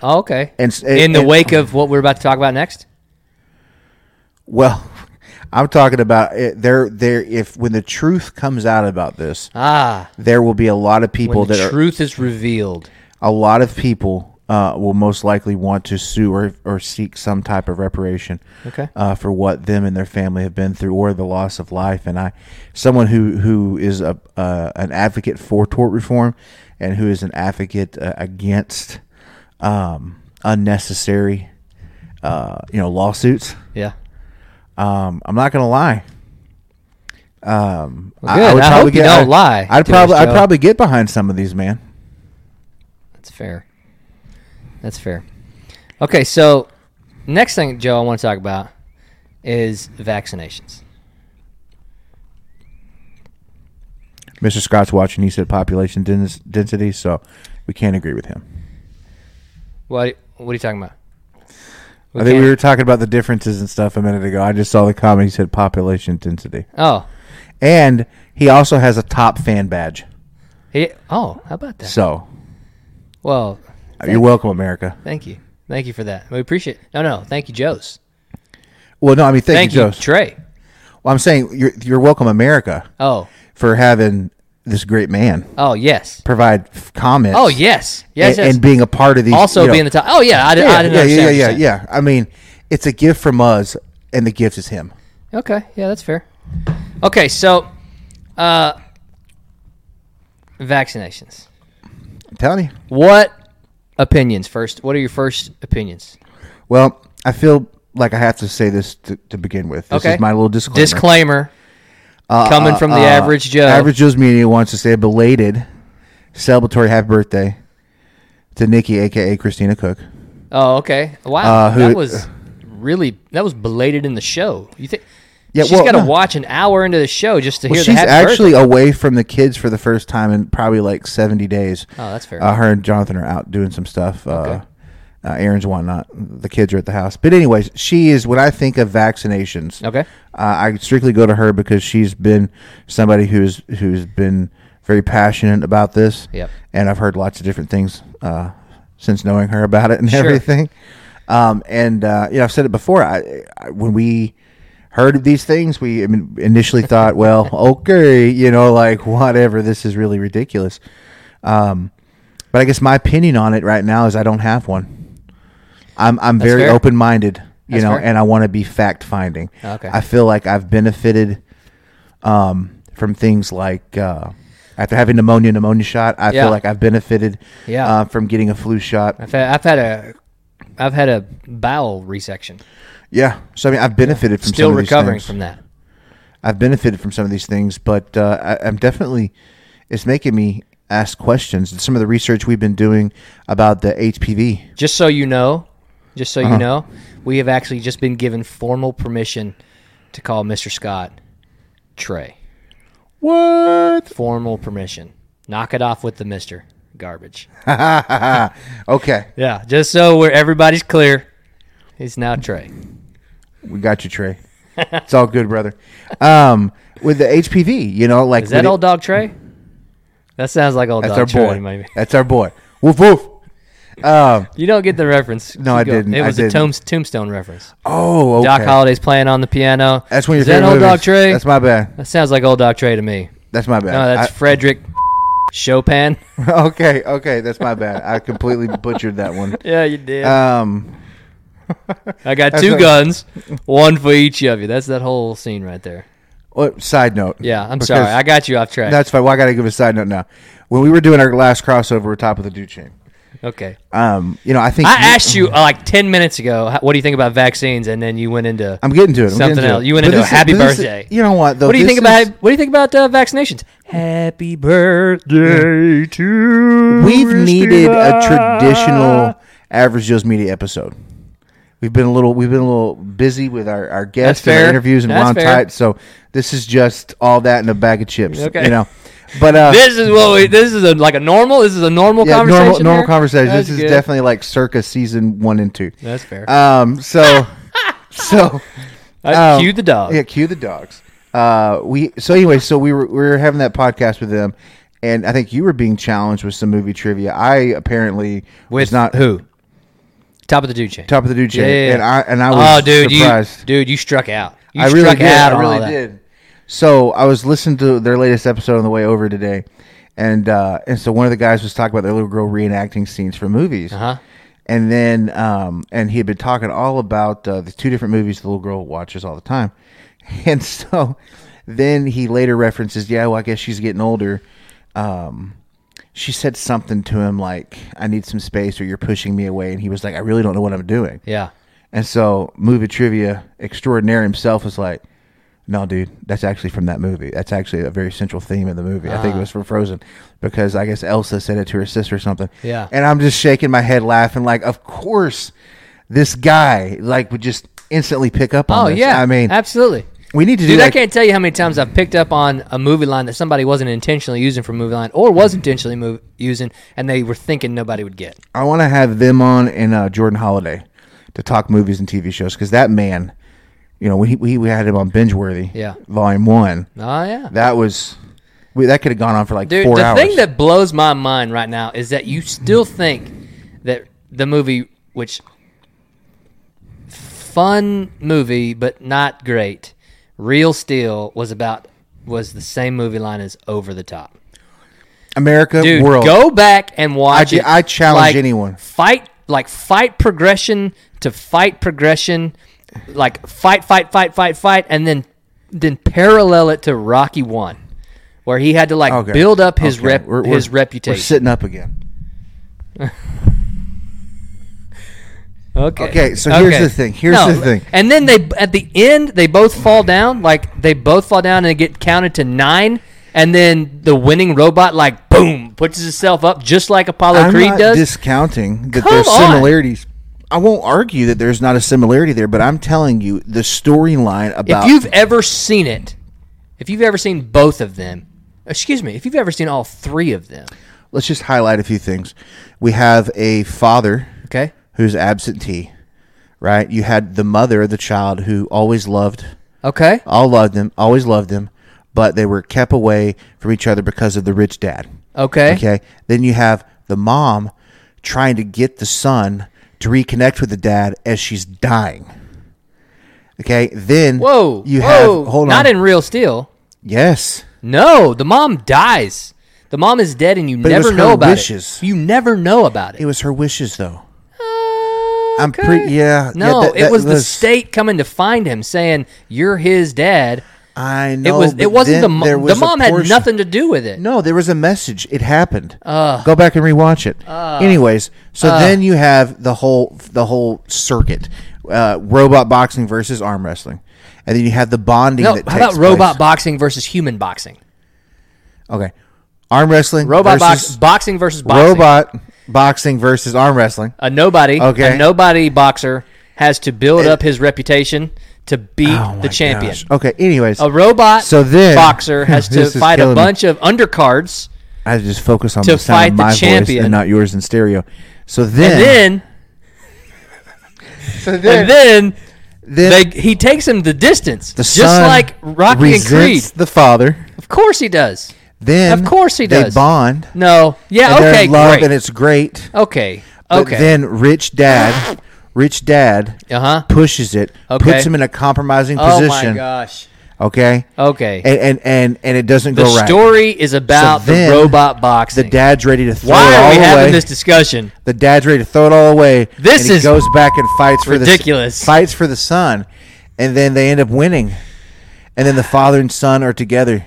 Oh, okay.
And s- eh,
in the
and-
wake of what we're about to talk about next.
Well, I'm talking about it, there there if when the truth comes out about this,
Ah,
there will be a lot of people
when the
that are,
truth is revealed.
a lot of people uh, will most likely want to sue or, or seek some type of reparation
Okay.
uh, for what them and their family have been through or the loss of life. And I, someone who, who is a, uh, an advocate for tort reform and who is an advocate uh, against um, unnecessary, uh, you know, lawsuits.
Yeah.
Um, I'm not gonna lie. Um,
Well, good. I hope you don't lie
I'd
to
probably,
us,
I'd
Joe.
probably get behind some of these, man.
That's fair. That's fair. Okay, so next thing, Joe, I want to talk about is vaccinations.
Mr. Scott's watching. He said population dens- density, so we can't agree with him.
What What are you talking about?
I think we
can't-
were talking about the differences and stuff a minute ago. I just saw the comment. He said population density,
Oh,
and he also has a top fan badge.
he, oh, how about that?
So
well,
you're welcome, America.
thank you, thank you for that. We appreciate. No, no, thank you, Joe's.
Well, no, I mean thank,
Thank
you,
you,
Joe.
Trey.
well, I'm saying you're, you're welcome, America,
Oh,
for having this great man
oh yes,
provide f- comments.
oh yes, yes,
and,
yes.
and being a part of these.
also
you know-
being the top. Oh yeah, I, did,
yeah,
I didn't
yeah, yeah,
understand.
yeah,
what
yeah,
you're
yeah. I mean, it's a gift from us, and the gift is him.
saying. Okay, yeah, that's fair. Okay, so uh, vaccinations.
I'm telling you.
What opinions first? What are your first opinions?
Well, I feel like I have to say this to, to begin with. This
Okay,
is my little disclaimer. Uh,
Disclaimer. coming from the average Joe.
Average Joe's Media wants to say a belated celebratory happy birthday to Nikki, aka Christina Cook.
Oh, okay. Wow,
Uh, who-
that was really that was belated in the show. You think?
Yeah,
she's
well,
got to
no.
watch an hour into the show just to
Well,
hear
she's
the happy
actually
birthday.
away from the kids for the first time in probably like 70 days.
Oh, that's fair.
Uh, her and Jonathan are out doing some stuff.
Okay.
Uh, uh, errands and whatnot. The kids are at the house. But, anyways, she is, when I think of vaccinations,
Okay.
uh, I strictly go to her because she's been somebody who's who's been very passionate about this.
Yep.
And I've heard lots of different things uh, since knowing her about it and
Sure.
everything. Um, and uh, you know, I've said it before. I, I when we heard of these things, we I mean, initially thought, well, okay, you know, like whatever. This is really ridiculous. Um, but I guess my opinion on it right now is I don't have one. I'm I'm
That's
very
fair.
open minded, you
That's
know,
fair.
and I want to be fact finding.
Okay.
I feel like I've benefited um, from things like uh, after having pneumonia, pneumonia shot. I
Yeah.
feel like I've benefited
Yeah.
uh, from getting a flu shot.
I've had, I've had a I've had a bowel resection.
Yeah, so I mean, I've benefited from
Still
some of these
recovering
things.
from that.
I've benefited from some of these things, but uh, I, I'm definitely it's making me ask questions. Some of the research we've been doing about the HPV.
Just so you know, just so
Uh-huh.
you know, we have actually just been given formal permission to call Mr. Scott Trey.
What?
Formal permission. Knock it off with the Mister garbage.
Okay,
Yeah, just so where everybody's clear, he's now Trey.
we got you, Trey. it's all good, brother. Um, with the HPV, you know, like
Is that
with it-
old dog Trey? That sounds like old
That's
dog
our
Trey.
boy.
Maybe
That's our boy. Woof woof. Um,
you don't get the reference.
No, I didn't.
It
I
was a
didn't.
tombs- tombstone reference.
oh, okay.
Doc Holliday's playing on the piano.
That's one of
Is
your
that
favorite
old dog
movies.
Trey?
That's my bad.
That sounds like old dog Trey to me.
That's my bad.
No, that's
I-
Frederick Chopin.
okay, okay. That's my bad. I completely butchered that one.
yeah, you did.
Um,
I got
that's
two
a-
guns, one for each of you. That's that whole scene right there.
what, oh, side note.
Yeah, I'm
Because-
sorry. I got you off track.
That's fine. Well, I got to give a side note now. When we were doing our last crossover with Top of the Dew Chain,
okay.
um, you know, I think
I asked you uh, like 10 minutes ago, "How- what do you think about vaccines? And then you went into.
I'm getting to it. I'm
Something
getting to
else.
it.
You went
But
into a
this is-
happy
but this is-
birthday.
you know what? Though,
what do you
this
think about
is-
what do you think about uh, vaccinations? Happy birthday to
We've
Christina.
needed a traditional average Joe's media episode. We've been a little we've been a little busy with our, our guests
That's
and our
fair.
interviews and
That's
round
fair.
tight. So this is just all that in a bag of chips.
Okay.
You know. But uh
This is what we. This is a, like a normal. This is a normal
yeah,
conversation.
normal normal
here?
conversation.
That's
this is
good.
definitely like circa season one and two.
That's fair.
Um so so
Uh,
um,
cue the dog.
Yeah, cue the dogs. Uh, we so anyway, so we were we were having that podcast with them, and I think you were being challenged with some movie trivia. I apparently
With
was not
who? Top of the dude chain.
top of the dude chain,
Yeah, yeah, yeah.
and I and I was
oh, dude,
surprised.
you dude, you struck out. You
I really
struck
did.
out.
I
on all
really
that.
did. So I was listening to their latest episode on the way over today, and uh, and so one of the guys was talking about their little girl reenacting scenes from movies.
Uh-huh.
And then, um, and he had been talking all about uh, the two different movies the little girl watches all the time, and so then he later references, yeah, well, I guess she's getting older. Um, she said something to him like, "I need some space," or "You're pushing me away," and he was like, "I really don't know what I'm doing."
Yeah.
And so, movie trivia extraordinaire himself was like, "No, dude, that's actually from that movie. That's actually a very central theme in the movie. I think
Ah.
it was from Frozen, because I guess Elsa said it to her sister or something."
Yeah.
And I'm just shaking my head, laughing, like, "Of course, this guy like would just instantly pick up on."
Oh
this.
yeah.
I mean,
absolutely.
we need to do
Dude, I
that.
can't tell you how many times I've picked up on a movie line that somebody wasn't intentionally using for a movie line, or was intentionally move, using, and they were thinking nobody would get.
I want to have them on and uh, Jordan Holiday to talk movies and TV shows because that man, you know, we we, we had him on Bingeworthy,
Yeah.
Volume One.
Oh yeah.
That was. We, that could have gone on for like
Dude,
four
the
hours.
thing that blows my mind right now is that you still think that the movie, which fun movie but not great, Real Steel was about was the same movie line as Over the Top.
America,
Dude,
world.
go back and watch
I-
it.
I challenge anyone.
Fight like fight progression to fight progression, like fight, fight, fight, fight, fight, and then then parallel it to Rocky One, where he had to like
Okay.
build up his
Okay.
rep
We're- we're-
his
We're
reputation.
sitting up again.
Okay.
Okay, so here's the thing. Here's the thing.
And then they at the end they both fall down. Like they both fall down and they get counted to nine. And then the winning robot like boom puts itself up just like Apollo
I'm
Creed
not
does.
discounting that
Come
there's
on.
similarities. I won't argue that there's not a similarity there, but I'm telling you the storyline about
if you've ever seen it, if you've ever seen both of them, excuse me, if you've ever seen all three of them,
let's just highlight a few things. We have a father
okay,
who's absentee, right? You had the mother of the child who always loved
okay,
all loved them, always loved them, but they were kept away from each other because of the rich dad.
okay,
Okay. Then you have the mom trying to get the son to reconnect with the dad as she's dying. Okay, then
Whoa.
you
whoa.
have hold
Not
on.
in Real Steel.
yes,
No, the mom dies. The mom is dead, and you
it
never
was
know
her
about
wishes.
it. You never know about it.
it was her wishes though. I'm pretty yeah.
No,
yeah, that-
it
that
was, the state coming to find him, saying you're his dad.
I know
it was.
but
It wasn't
then
the mom.
there was
the
a
mom had
portion-
nothing to do with it.
No, there was a message. It happened. Go back and rewatch it. Anyways, so then you have the whole the whole circuit, uh, robot boxing versus arm wrestling, and then you have the bonding.
No,
that
how
takes
about robot
place.
boxing versus human boxing?
okay, arm wrestling.
Robot box,
versus
boxing versus boxing.
robot boxing versus arm wrestling.
A nobody.
Okay.
A nobody boxer has to build up his reputation to beat
Oh
the
my
champion.
gosh. Okay. Anyways,
A robot
So then-
boxer has to
This is
fight a
killing me.
bunch of undercards,
I just focus on
to
the sound
fight
of
the
my voice
champion.
and not yours in stereo. So
and
then,
then
so
and then
then
they, he takes him the distance,
the
just
son
like Rocky and
resents
Creed.
the father.
Of course he does.
Then
Of course he
They
does.
bond.
No. Yeah.
and they're
okay.
in love
great.
and it's great.
okay.
But
Okay.
then rich dad, rich dad
Uh-huh.
pushes it,
Okay.
puts him in a compromising
oh
position.
my gosh.
Okay.
Okay.
And and and, and it doesn't
the
go right.
story is about
So
the
then,
robot boxing.
The dad's ready to throw
Why
it
are
all
we
away.
having this discussion?
the dad's ready to throw it all away.
This
and he
is
goes back and fights for
ridiculous.
The, fights for the son, and then they end up winning, and then the father and son are together,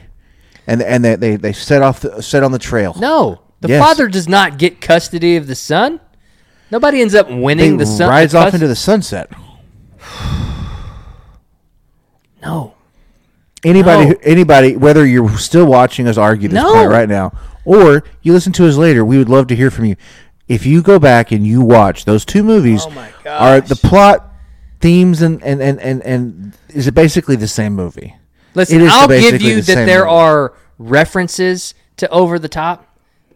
and and they they, they set off the, set on the trail.
No. The
Yes.
father does not get custody of the son. Nobody ends up
They
winning the son.
rides
the
off
cus-
into the sunset.
No.
Anybody,
No.
who anybody, whether you're still watching us argue this
No.
point right now, or you listen to us later, we would love to hear from you. If you go back and you watch those two movies,
Oh my
are the
gosh.
plot themes and and and and, and is it basically the same movie?
Listen,
It is
I'll give
basically
you
the
that
same
there
movie.
are references to over the top,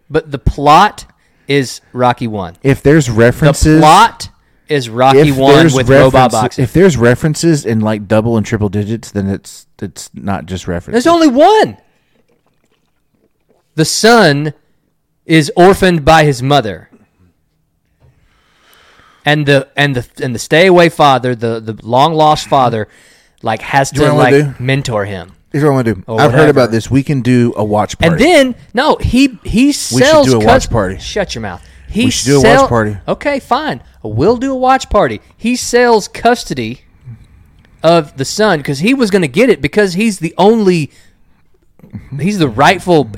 but the plot is Rocky 1.
If there's references,
The plot is Rocky
if
One
there's
with robot
references-
boxing.
If there's references in like double and triple digits, then it's it's not just references.
There's only one. The son is orphaned by his mother. And the and the and the stay away father, the, the long lost father, like has
you
to
know what I
like
do?
mentor him.
Here's what I want to do.
Or
I've
Oh,
heard
whatever.
about this. We can do a watch party.
And then no, he he sells.
do a
cus-
watch party.
Shut your mouth. He
We should do a watch party.
Okay, fine. We'll do a watch party. He sells custody of the son because he was going to get it because he's the only, he's the rightful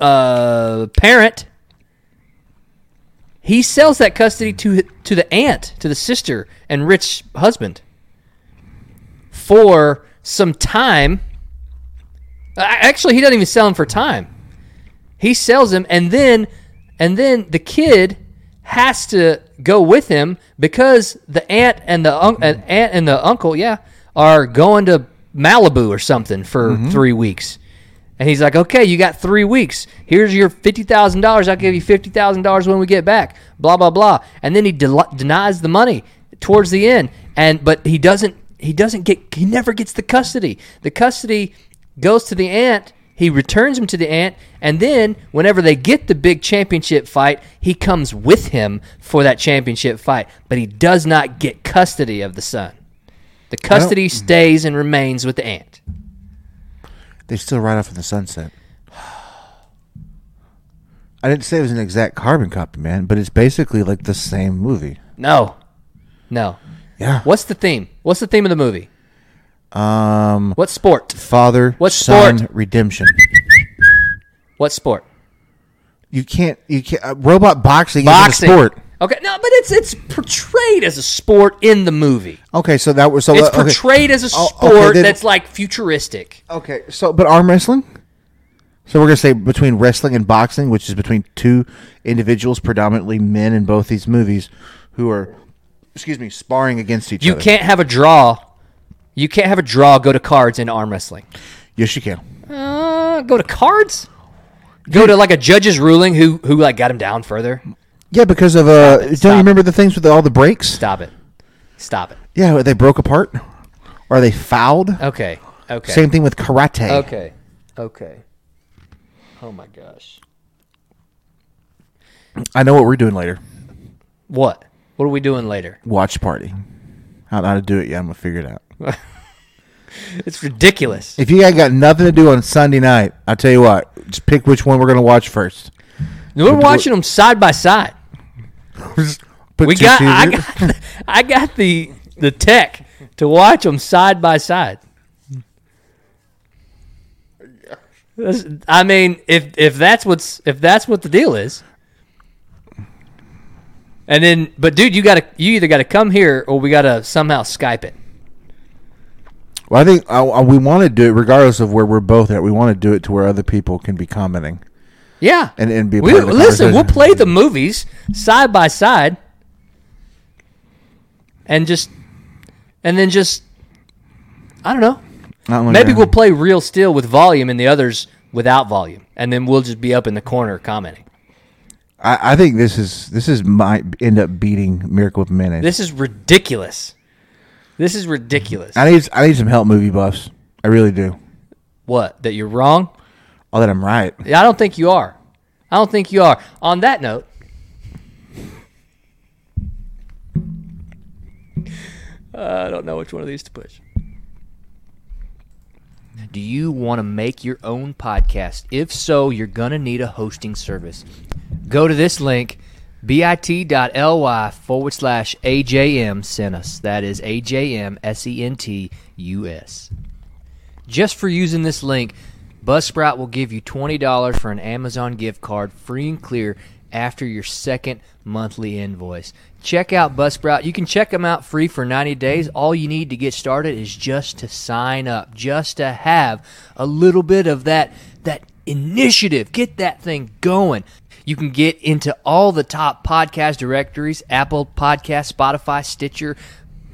uh, parent. He sells that custody to hi- to the aunt, to the sister and rich husband for some time. A- Actually, he doesn't even sell him for time. He sells him, and then and then the kid has to go with him because the aunt and the un- and aunt and the uncle, yeah, are going to Malibu or something for three weeks. And he's like, "Okay, you got three weeks. Here's your fifty thousand dollars. I'll give you fifty thousand dollars when we get back." Blah blah blah. And then he del- denies the money towards the end, and but he doesn't. He doesn't get. He never gets the custody. The custody goes to the aunt. He returns him to the aunt, and then whenever they get the big championship fight, he comes with him for that championship fight. But he does not get custody of the son. The custody stays and remains with the aunt.
They still ride off in the sunset. I didn't say it was an exact carbon copy, man, but it's basically like the same movie.
No, no.
Yeah.
What's the theme? What's the theme of the movie? Um. What sport?
Father,
What
son,
sport?
redemption.
What sport?
You can't, you can't, uh, robot boxing,
Boxing.
is a sport.
Okay. No, but it's it's portrayed as a sport in the movie.
Okay, so that was, so
It's
uh, Oh, okay.
portrayed as a
Oh,
sport
okay, then-
that's like futuristic.
Okay, so, but arm wrestling? So we're going to say between wrestling and boxing, which is between two individuals, predominantly men in both these movies, who are, excuse me, sparring against each
You
other.
can't have a draw. You can't have a draw go to cards in arm wrestling.
Yes, you can.
Uh, go to cards. Go to like a judge's ruling who who like got him down further.
Yeah, because of uh,
it,
don't
stop
you
it.
remember the things with all the breaks?
Stop it. Stop it.
Yeah, they broke apart, or they fouled.
Okay. Okay.
Same thing with karate.
Okay. Okay. Oh my gosh.
I know what we're doing later.
What? What are we doing later?
Watch party. I don't know how to do it yet. I'm gonna figure it out.
It's ridiculous.
If you ain't got nothing to do on Sunday night, I'll tell you what. Just pick which one we're gonna watch first.
We're watching them side by side.
Put
We
two
got I
TVs-
got I got the the tech to watch them side by side. This- I mean, if if that's what's if that's what the deal is, and then but dude, you gotta you either gotta come here or we gotta somehow Skype it.
Well, I think I, I- we want to do it regardless of where we're both at. We want to do it to where other people can be commenting.
Yeah,
And- and be a
we,
part of the
listen. We'll
conversation.
play the movies side by side, and just and then just I don't know.
I don't
Maybe
know.
we'll play real steel with volume and the others without volume, and then we'll just be up in the corner commenting.
I, I think this is this is might end up beating Miracle with Mayonnaise.
This is ridiculous. This is ridiculous.
I need I need some help, movie buffs. I really do.
what? That you're wrong?
All that I'm right.
Yeah, I don't think you are. I don't think you are. On that note, I don't know which one of these to push. Do you want to make your own podcast? If so, you're going to need a hosting service. Go to this link, bit.ly forward slash AJM sent us. That is AJM S E N T U S. Just for using this link, Buzzsprout will give you $20 for an Amazon gift card free and clear after your second monthly invoice. Check out Buzzsprout. You can check them out free for 90 days. All you need to get started is just to sign up, just to have a little bit of that that initiative. Get that thing going. You can get into all the top podcast directories, Apple Podcast, Spotify, Stitcher,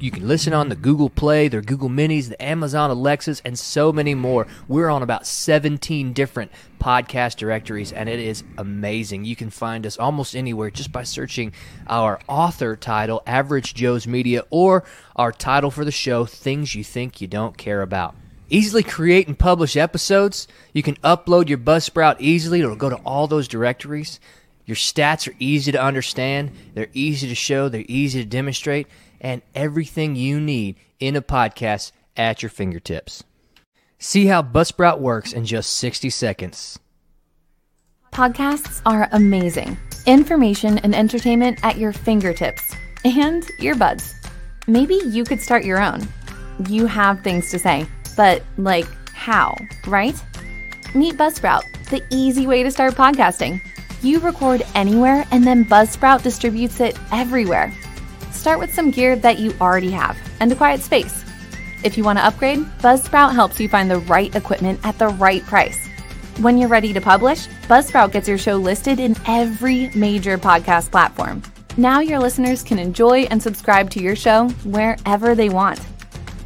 you can listen on the Google Play, their Google Minis, the Amazon Alexas, and so many more. We're on about 17 different podcast directories, and it is amazing. You can find us almost anywhere just by searching our author title, Average Joe's Media, or our title for the show, Things You Think You Don't Care About. Easily create and publish episodes. You can upload your Buzzsprout easily. It'll go to all those directories. Your stats are easy to understand, they're easy to show, they're easy to demonstrate, and everything you need in a podcast at your fingertips. See how Buzzsprout works in just 60 seconds.
Podcasts are amazing. Information and entertainment at your fingertips and earbuds. Maybe you could start your own. You have things to say, but like how, right? Meet Buzzsprout, the easy way to start podcasting. You record anywhere and then Buzzsprout distributes it everywhere. Start with some gear that you already have and a quiet space. If you want to upgrade, Buzzsprout helps you find the right equipment at the right price. When you're ready to publish, Buzzsprout gets your show listed in every major podcast platform. Now your listeners can enjoy and subscribe to your show wherever they want.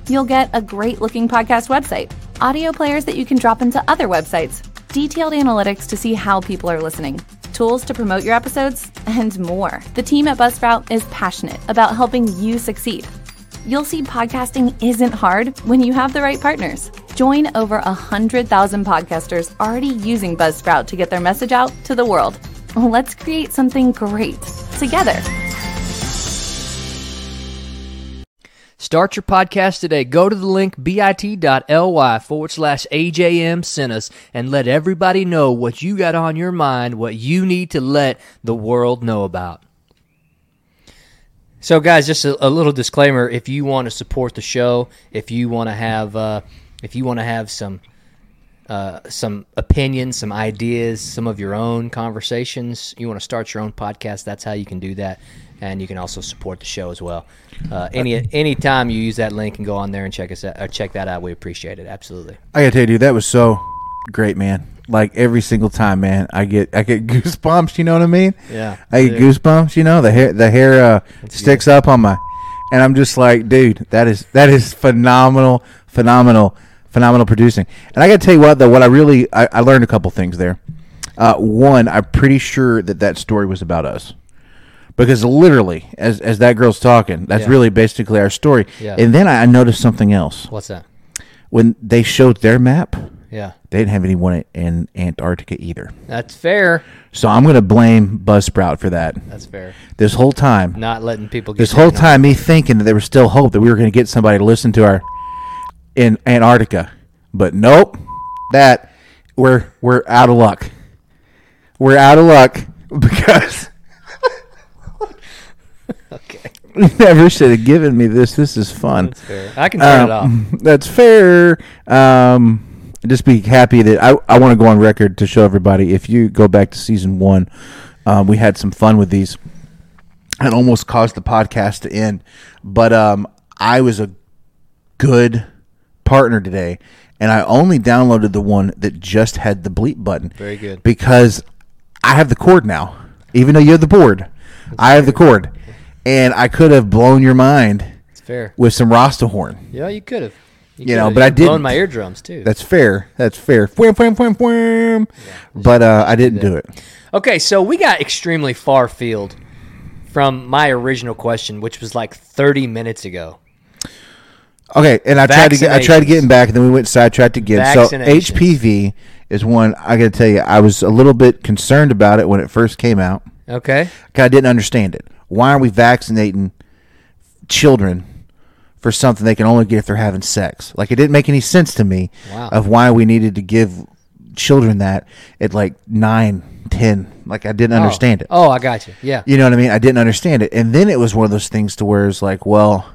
You'll get a great looking podcast website, audio players that you can drop into other websites, detailed analytics to see how people are listening, tools to promote your episodes, and more. The team at Buzzsprout is passionate about helping you succeed you'll see podcasting isn't hard when you have the right partners. Join over 100,000 podcasters already using Buzzsprout to get their message out to the world. Let's create something great together.
Start your podcast today. Go to the link bit.ly forward slash AJM sent us and let everybody know what you got on your mind, what you need to let the world know about. So, guys, just a, a little disclaimer: if you want to support the show, if you want to have, uh, if you want to have some, uh, some opinions, some ideas, some of your own conversations, you want to start your own podcast. That's how you can do that, and you can also support the show as well. Uh, any any time you use that link and go on there and check us out, or check that out, we appreciate it absolutely.
I gotta tell you, dude, that was so great, man. Like every single time, man, I get I get goosebumps. You know what I mean?
Yeah,
I get goosebumps. You know, the hair the hair uh, sticks up on my, and I'm just like, dude, that is that is phenomenal, phenomenal, phenomenal producing. And I gotta tell you what though, what I really I, I learned a couple things there. Uh, one, I'm pretty sure that that story was about us. Because literally, as, as that girl's talking, that's
Yeah.
really basically our story.
Yeah.
And then I I noticed something else
What's that?
when they showed their map
Yeah.
They didn't have anyone in Antarctica either.
That's fair.
So I'm going to blame Buzzsprout for that.
That's fair.
This whole time,
Not letting people get
this whole
taken off.
time, me thinking that there was still hope that we were going to get somebody to listen to our in Antarctica, but nope. That we're we're out of luck. We're out of luck because
Okay.
you never should have given me this. This is fun.
That's fair. I can turn it off.
Um, That's fair. Um, just be happy that I, I want to go on record to show everybody. If you go back to season one, um, we had some fun with these. It almost caused the podcast to end, but um, I was a good partner today, and I only downloaded the one that just had the bleep button.
Very good.
Because I have the cord now, even though you have the board. I have the cord, and I could have blown your mind
It's fair.
with some Rasta horn.
Yeah, you could have. You,
know,
could've.
but I
You've blown
didn't.
my eardrums too.
That's fair. That's fair. Fwam, fwam, fwam, fwam. But uh, I didn't do it.
okay. So we got extremely far field from my original question, which was like 30 minutes ago.
Okay, and I tried to get I tried to get him back, and then we went sidetracked again. So
Vaccinations.
HPV is one I got to tell you. I was a little bit concerned about it when it first came out.
Okay.
'Cause I didn't understand it. Why are we vaccinating children for something they can only get if they're having sex? Like it didn't make any sense to me
Wow.
of why we needed to give children that at like nine, ten. Like I didn't understand it.
Oh, I got you. Yeah.
You know what I mean? I didn't understand it. And then it was one of those things to where it's like, well,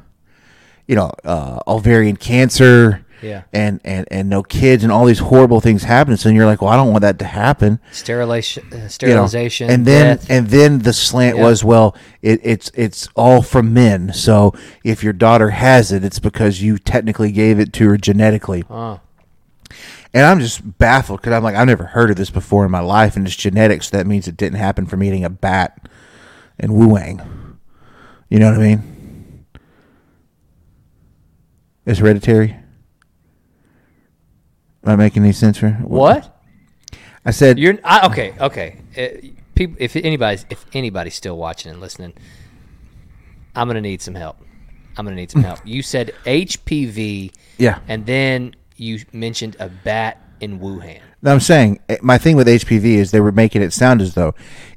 you know, uh, ovarian cancer.
Yeah.
And, and and no kids and all these horrible things happen. So you're like, well, I don't want that to happen.
Sterilation, uh,
you know.
sterilization,
and then
death.
and then the slant
Yeah.
was well it, it's it's all from men so if your daughter has it it's because you technically gave it to her genetically
Oh.
and i'm just baffled because i'm like i've never heard of this before in my life and it's genetics that means it didn't happen from eating a bat and wu wang you know what i mean it's hereditary am i making any sense for
what?
i said
You're I, okay. Okay. Uh, peop if anybody's if anybody's still watching and listening, I'm gonna need some help. I'm gonna need some help. You said HPV,
yeah
and then you mentioned a bat in Wuhan.
No, I'm saying eh, my thing with HPV is they were making it sound as though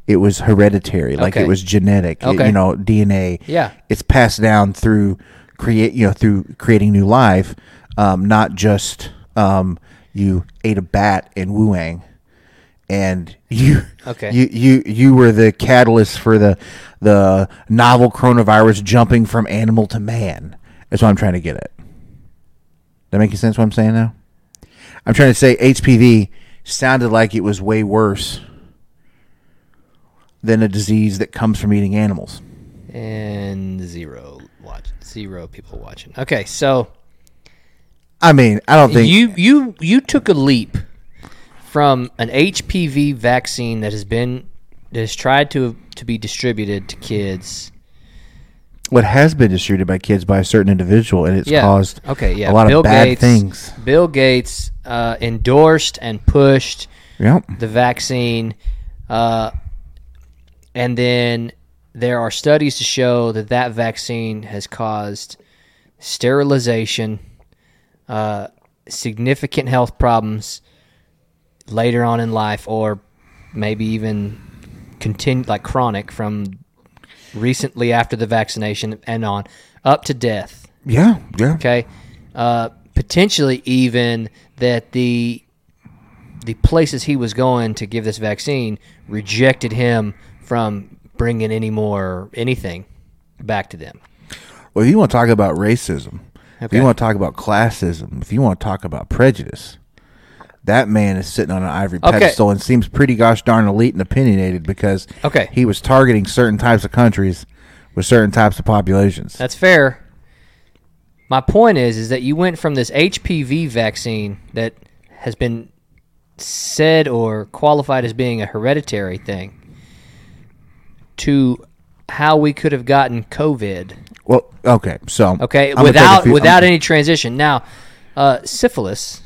it was hereditary, like
Okay.
it was genetic. y-
Okay.
you know, DNA.
Yeah.
it's passed down through create, you know, through creating new life, um, not just um, you ate a bat in Wu Wang, and you,
Okay.
you, you, you were the catalyst for the the novel coronavirus jumping from animal to man. That's what I'm trying to get at. That make any sense? What I'm saying now? I'm trying to say HPV sounded like it was way worse than a disease that comes from eating animals.
and zero watch zero people watching. Okay, so
I mean, I don't think
you you you took a leap from an HPV vaccine that has been that has tried to to be distributed to kids.
what has been distributed by kids by a certain individual, and it's
Yeah.
caused
okay. Yeah.
a lot
Bill
of bad
Gates,
things.
Bill Gates uh, endorsed and pushed
Yep.
the vaccine, uh, and then there are studies to show that that vaccine has caused sterilization, uh, significant health problems later on in life, or maybe even continue like chronic from recently after the vaccination and on up to death.
Yeah, yeah.
Okay, uh, potentially even that the the places he was going to give this vaccine rejected him from bringing any more anything back to them.
Well, if you want to talk about racism, if
Okay.
you want to talk about classism, if you want to talk about prejudice, that man is sitting on an ivory
Okay.
pedestal and seems pretty gosh darn elite and opinionated because
Okay.
he was targeting certain types of countries with certain types of populations.
That's fair. My point is, is that you went from this HPV vaccine that has been said or qualified as being a hereditary thing to how we could have gotten COVID.
well, okay, so
Okay,
I'm gonna take a
without
few-
without
I'm-
any transition. Now, uh, syphilis.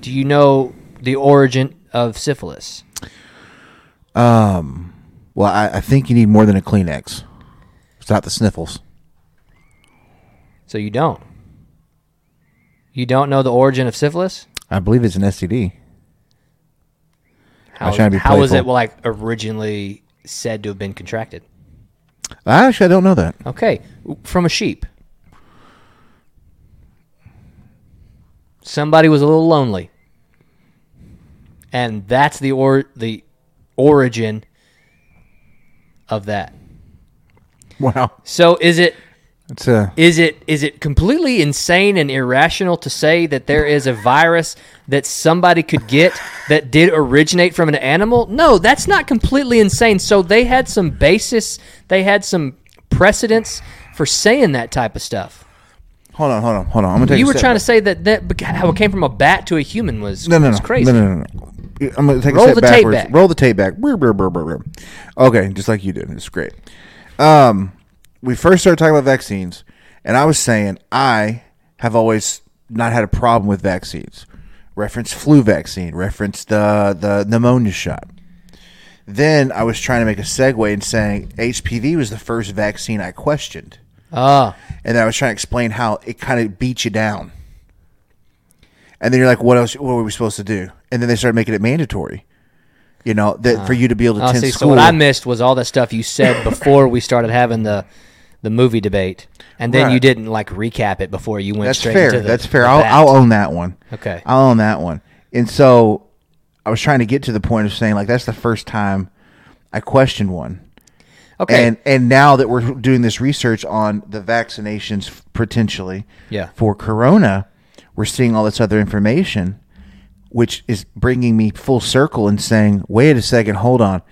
Do you know the origin of syphilis?
Well, I, I think you need more than a Kleenex. It's not the sniffles.
So you don't. You don't know the origin of syphilis?
I believe it's an STD.
How,
try to be
how was it
playful.
like originally said to have been contracted?
Actually, I don't know that.
Okay, from a sheep. Somebody was a little lonely, and that's the or the origin of that.
Wow,
So is it
it's uh, a
is it is it completely insane and irrational to say that there is a virus that somebody could get that did originate from an animal? No, that's not completely insane. So they had some basis, they had some precedence for saying that type of stuff.
hold on, hold on, hold on. I'm gonna take.
you
a
were
step
trying to
back.
say that that beca- how it came from a bat to a human was
No, no, no,
was crazy.
No, no, no, no. I'm gonna take
Roll
a step
the tape
backwards.
back.
Roll the tape back. Brr, brr, brr, brr, brr. Okay, just like you did. It's great. Um, we first started talking about vaccines, and I was saying I have always not had a problem with vaccines. Reference flu vaccine. Reference the the pneumonia shot. Then I was trying to make a segue and saying HPV was the first vaccine I questioned
Ah,
and then I was trying to explain how it kind of beat you down. And then you're like, "What else? What were we supposed to do?" And then they started making it mandatory, you know, that for you to be able to
oh,
attend
see,
school.
so what I missed was all that stuff you said before we started having the the movie debate, and then
Right.
you didn't like recap it before you went
That's
straight
fair.
into the
That's fair.
the
I'll,
bat.
I'll own that one.
Okay.
I'll own that one. And so I was trying to get to the point of saying, like, that's the first time I questioned one.
okay.
And and now that we're doing this research on the vaccinations f- potentially
Yeah.
for corona, we're seeing all this other information, which is bringing me full circle and saying, wait a second, hold on.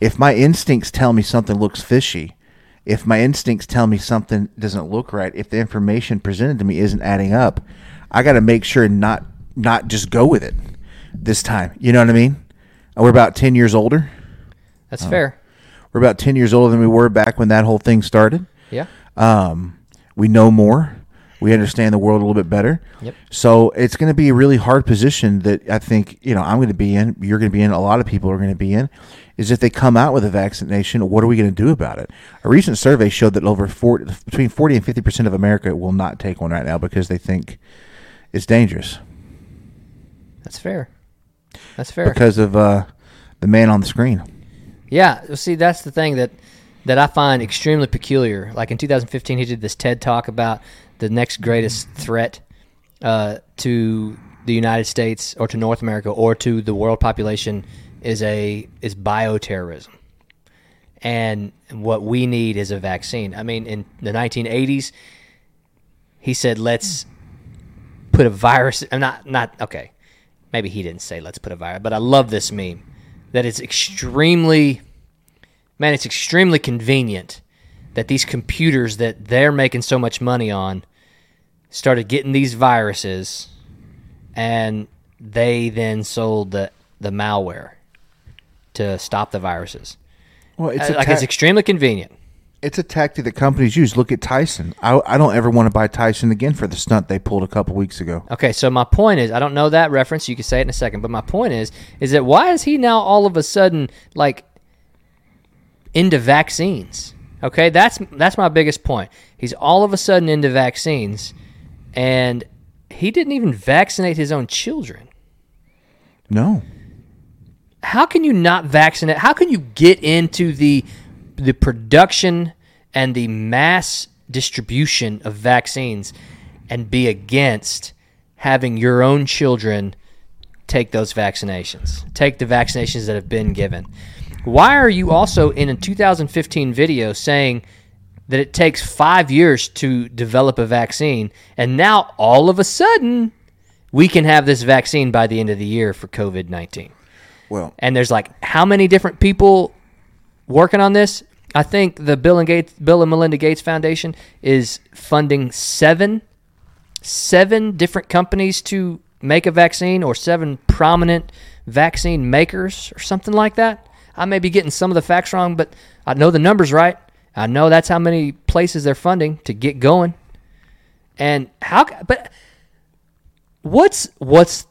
If my instincts tell me something looks fishy, if my instincts tell me something doesn't look right, if the information presented to me isn't adding up, I got to make sure and not not just go with it this time. You know what I mean? We're about ten years older.
That's fair.
We're about 10 years older than we were back when that whole thing started.
Yeah.
Um, we know more. We understand the world a little bit better.
Yep.
So it's going to be a really hard position that I think, you know, I'm going to be in, you're going to be in, a lot of people are going to be in, is if they come out with a vaccination, what are we going to do about it? A recent survey showed that over 40, between 40 and 50% of America will not take one right now because they think it's dangerous
That's fair. That's fair.
because of uh, the man on the screen.
yeah. well, See, that's the thing that that I find extremely peculiar. Like in 2015, he did this TED talk about the next greatest threat uh, to the United States or to North America or to the world population is a is bioterrorism. And what we need is a vaccine. I mean, in the 1980s, he said, "Let's put a virus." I'm not not okay. Maybe he didn't say let's put a virus, but I love this meme that it's extremely man, it's extremely convenient that these computers that they're making so much money on started getting these viruses and they then sold the the malware to stop the viruses.
Well,
Uh, like it's extremely convenient.
It's a tactic that companies use. Look at Tyson. I, I don't ever want to buy Tyson again for the stunt they pulled a couple weeks ago.
Okay, so my point is, I don't know that reference. You can say it in a second, but my point is, is that why is he now all of a sudden like into vaccines? Okay, that's that's my biggest point. He's all of a sudden into vaccines, and he didn't even vaccinate his own children.
No,
How can you not vaccinate? How can you get into the the production and the mass distribution of vaccines and be against having your own children take those vaccinations. Take the vaccinations that have been given. Why are you also in a 2015 video saying that it takes 5 years to develop a vaccine and now all of a sudden we can have this vaccine by the end of the year for COVID-19?
well,
and there's like how many different people working on this? I think the Bill and Gates, Bill and Melinda Gates Foundation is funding seven, seven different companies to make a vaccine, or seven prominent vaccine makers, or something like that. I may be getting some of the facts wrong, but I know the numbers right. I know that's how many places they're funding to get going. And how? ca- But what's what's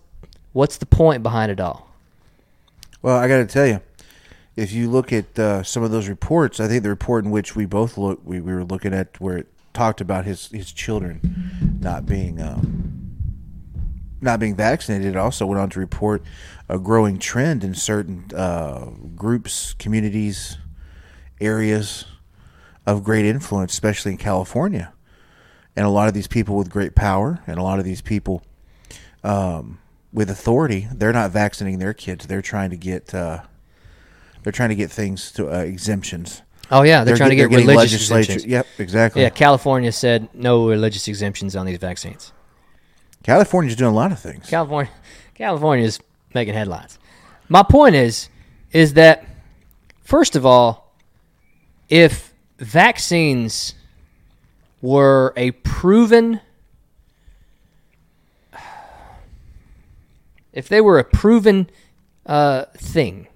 what's the point behind it all?
well, I got to tell you, if you look at uh, some of those reports, I think the report in which we both look, we, we were looking at where it talked about his his children not being um, not being vaccinated also went on to report a growing trend in certain uh, groups, communities, areas of great influence, especially in California. And a lot of these people with great power and a lot of these people um, with authority, they're not vaccinating their kids. They're trying to get uh, they're trying to get things to uh, exemptions.
Oh yeah, they're, trying to
they're
get
getting
religious
legislature-
exemptions.
Yep, exactly.
Yeah, California said no religious exemptions on these vaccines.
California's doing a lot of things.
California, California's making headlines. My point is, is that first of all, if vaccines were a proven, if they were a proven uh, thing,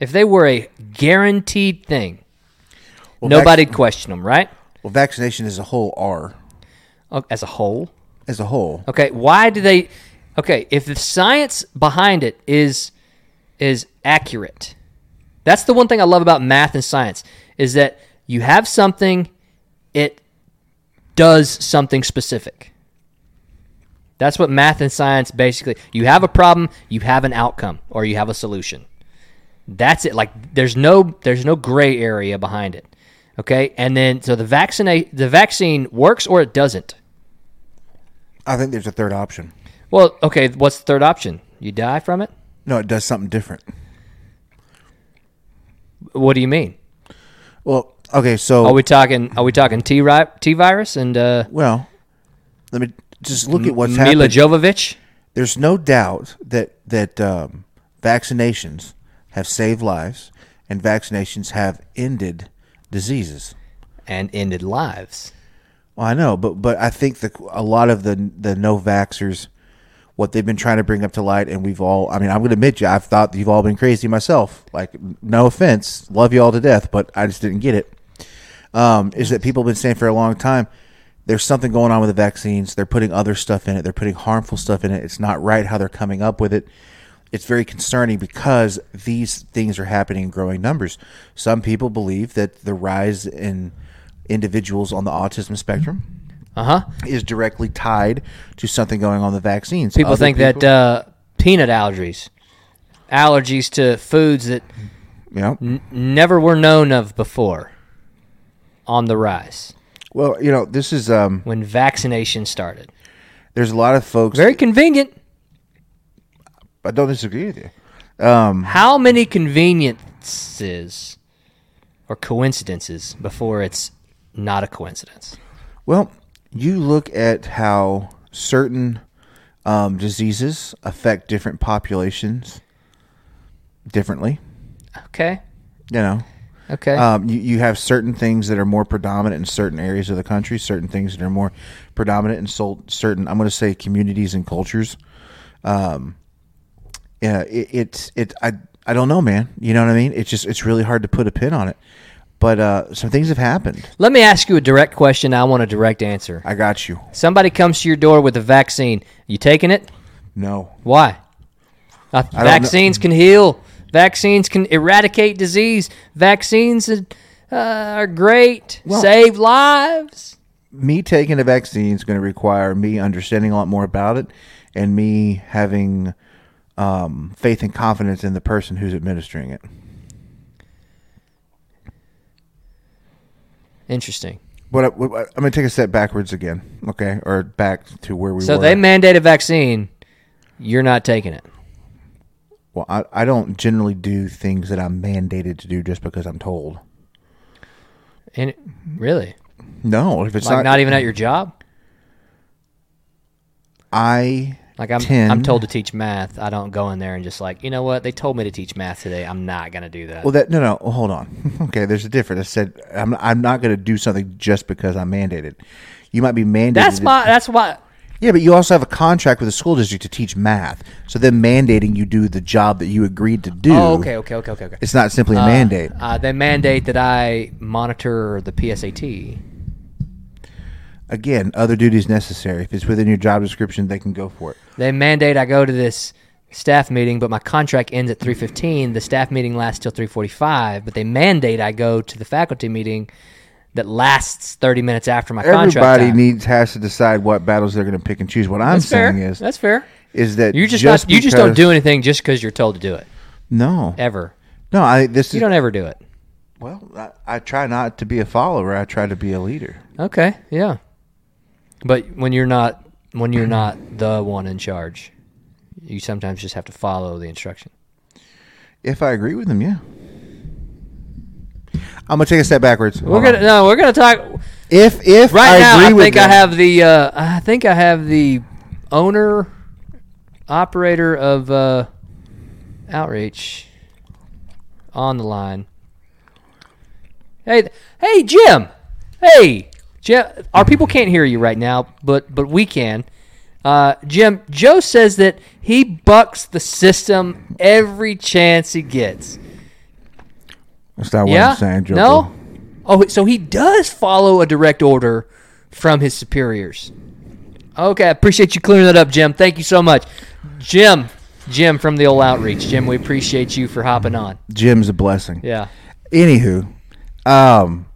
if they were a guaranteed thing,
Well,
nobody'd question them, right?
Well, vaccination as a whole are
Uh, As a whole.
as a whole.
Okay, why do they? Okay, if the science behind it is is accurate, that's the one thing I love about math and science is that you have something, it does something specific. That's what math and science basically. You have a problem, you have an outcome, or you have a solution. That's it. Like there's no there's no gray area behind it. Okay, and then so the vaccinate the vaccine works or it doesn't.
I think there's a third option.
Well, okay, what's the third option? You die from it?
No, it does something different.
What do you mean?
Well, okay, so
Are we talking are we talking T ri- T virus and uh
well, let me just look at what's
Mila
happening.
Jovovich?
there's no doubt that that um, vaccinations have saved lives and vaccinations have ended diseases.
And ended lives.
Well, I know, but but I think the a lot of the the no vaxxers, what they've been trying to bring up to light, and we've all. I mean, I'm going to admit you, I've thought you've all been crazy myself. Like, no offense, love you all to death, but I just didn't get it. Um, is that people have been saying for a long time? There's something going on with the vaccines. They're putting other stuff in it. They're putting harmful stuff in it. It's not right how they're coming up with it. It's very concerning because these things are happening in growing numbers. Some people believe that the rise in individuals on the autism spectrum
Uh-huh.
is directly tied to something going on with the vaccines.
People
Other
think that uh peanut allergies. Allergies to foods that
yeah.
Mm. never were known of before on the rise
Well, you know, this is um.
when vaccination started.
There's a lot of folks.
Very convenient.
I don't disagree with you.
How many conveniences or coincidences before it's not a coincidence?
Well, you look at how certain um, diseases affect different populations differently.
Okay.
You know,
Okay.
um, you, you have certain things that are more predominant in certain areas of the country, certain things that are more predominant in sol- certain, I'm going to say, communities and cultures. Um, yeah, it, it's it. I I don't know, man. You know what I mean? It's just it's really hard to put a pin on it. But uh, some things have happened.
Let me ask you a direct question. I want a direct answer.
I got you.
Somebody comes to your door with a vaccine. You taking it?
No,
Why? Uh,
don't
vaccines can heal. Vaccines can eradicate disease. Vaccines uh, are great. Save lives.
me taking a vaccine is going to require me understanding a lot more about it, and me having um, faith and confidence in the person who's administering it.
Interesting.
But I, am going to take a step backwards again, okay, or back to where we
So
were.
they mandate a vaccine. You're not taking it.
well, I, I don't generally do things that I'm mandated to do just because I'm told.
And really,
No, if it's
like not,
not,
even at your job.
I
Like I'm,
tend,
I'm told to teach math. I don't go in there and just like, you know what? They told me to teach math today. I'm not gonna do that.
Well, that no, no. well, Hold on. Okay, there's a difference. I said I'm I'm not going to do something just because I'm mandated. You might be mandated.
that's
to-
my. That's why.
Yeah, but you also have a contract with the school district to teach math. So them mandating you do the job that you agreed to do.
Oh, okay, okay, okay, okay, okay.
It's not simply a mandate.
Uh, they mandate that I monitor the PSAT.
Again, other duties necessary. If it's within your job description, they can go for it.
They mandate I go to this staff meeting, but my contract ends at three fifteen. The staff meeting lasts till three forty five, but they mandate I go to the faculty meeting that lasts thirty minutes after my contract.
Everybody
time.
needs has to decide what battles they're going to pick and choose. What I'm
That's fair.
saying is
that's fair.
is that
You just, not, you just don't
because-
do anything just because you're told to do it
no
ever.
no I this
You
is
don't ever do it.
well I, I try not to be a follower I try to be a leader
Okay, yeah. But when you're not when you're not the one in charge, you sometimes just have to follow the instruction.
if I agree with them yeah I'm gonna take a step backwards
We're gonna no, we're gonna talk
if if
right
I
now.
agree
I
with
think I
them-
have the uh, I think I have the owner operator of uh, outreach on the line. Hey, th- hey, Jim. Hey, Jim. Our people can't hear you right now, but but we can. Uh, Jim, Joe says that he bucks the system every chance he gets.
that's not what
Yeah.
I'm saying Joe
no. Oh, so he does follow a direct order from his superiors. Okay, I appreciate you clearing that up, Jim. Thank you so much, Jim. Jim from the old outreach. Jim, we appreciate you for hopping on.
Jim's a blessing
Yeah.
anywho um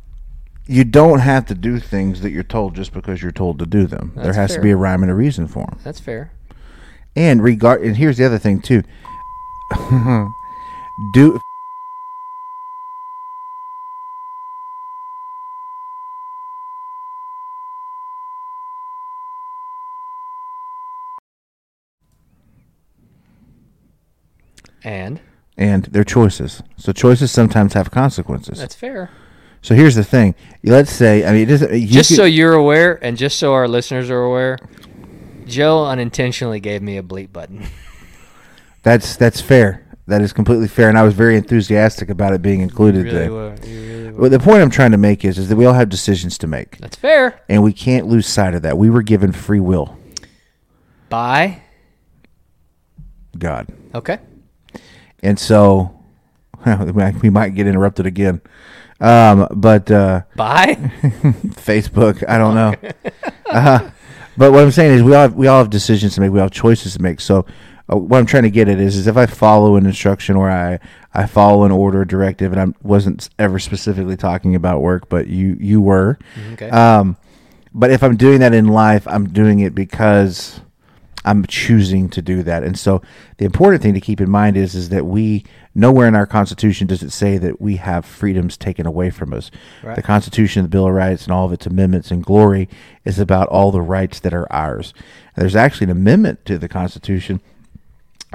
you don't have to do things that you're told just because you're told to do them there
That's
has
fair.
to be a rhyme and a reason for them
That's fair.
And regard and here's the other thing too. Do
And
and their choices. So choices sometimes have consequences.
that's fair.
so here's the thing. Let's say I mean it doesn't you
just
could-
so you're aware, and just so our listeners are aware, Joe unintentionally gave me a bleep button.
that's that's fair. That is completely fair and I was very enthusiastic about it being included
really
there.
were. You really were.
Well, the point I'm trying to make is is that we all have decisions to make
That's fair.
and we can't lose sight of that. We were given free will.
Bye.
God.
Okay.
And so we might get interrupted again. Um, but uh
Bye.
Facebook. I don't know. uh, but what I'm saying is, we all have, we all have decisions to make. We all have choices to make. So, uh, what I'm trying to get at is, is if I follow an instruction or I I follow an order or directive, and I wasn't ever specifically talking about work, but you you were.
Okay.
Um, but if I'm doing that in life, I'm doing it because I'm choosing to do that. And so the important thing to keep in mind is is that we nowhere in our constitution does it say that we have freedoms taken away from us. The Constitution, the Bill of Rights and all of its amendments and glory is about all the rights that are ours. And there's actually an amendment to the Constitution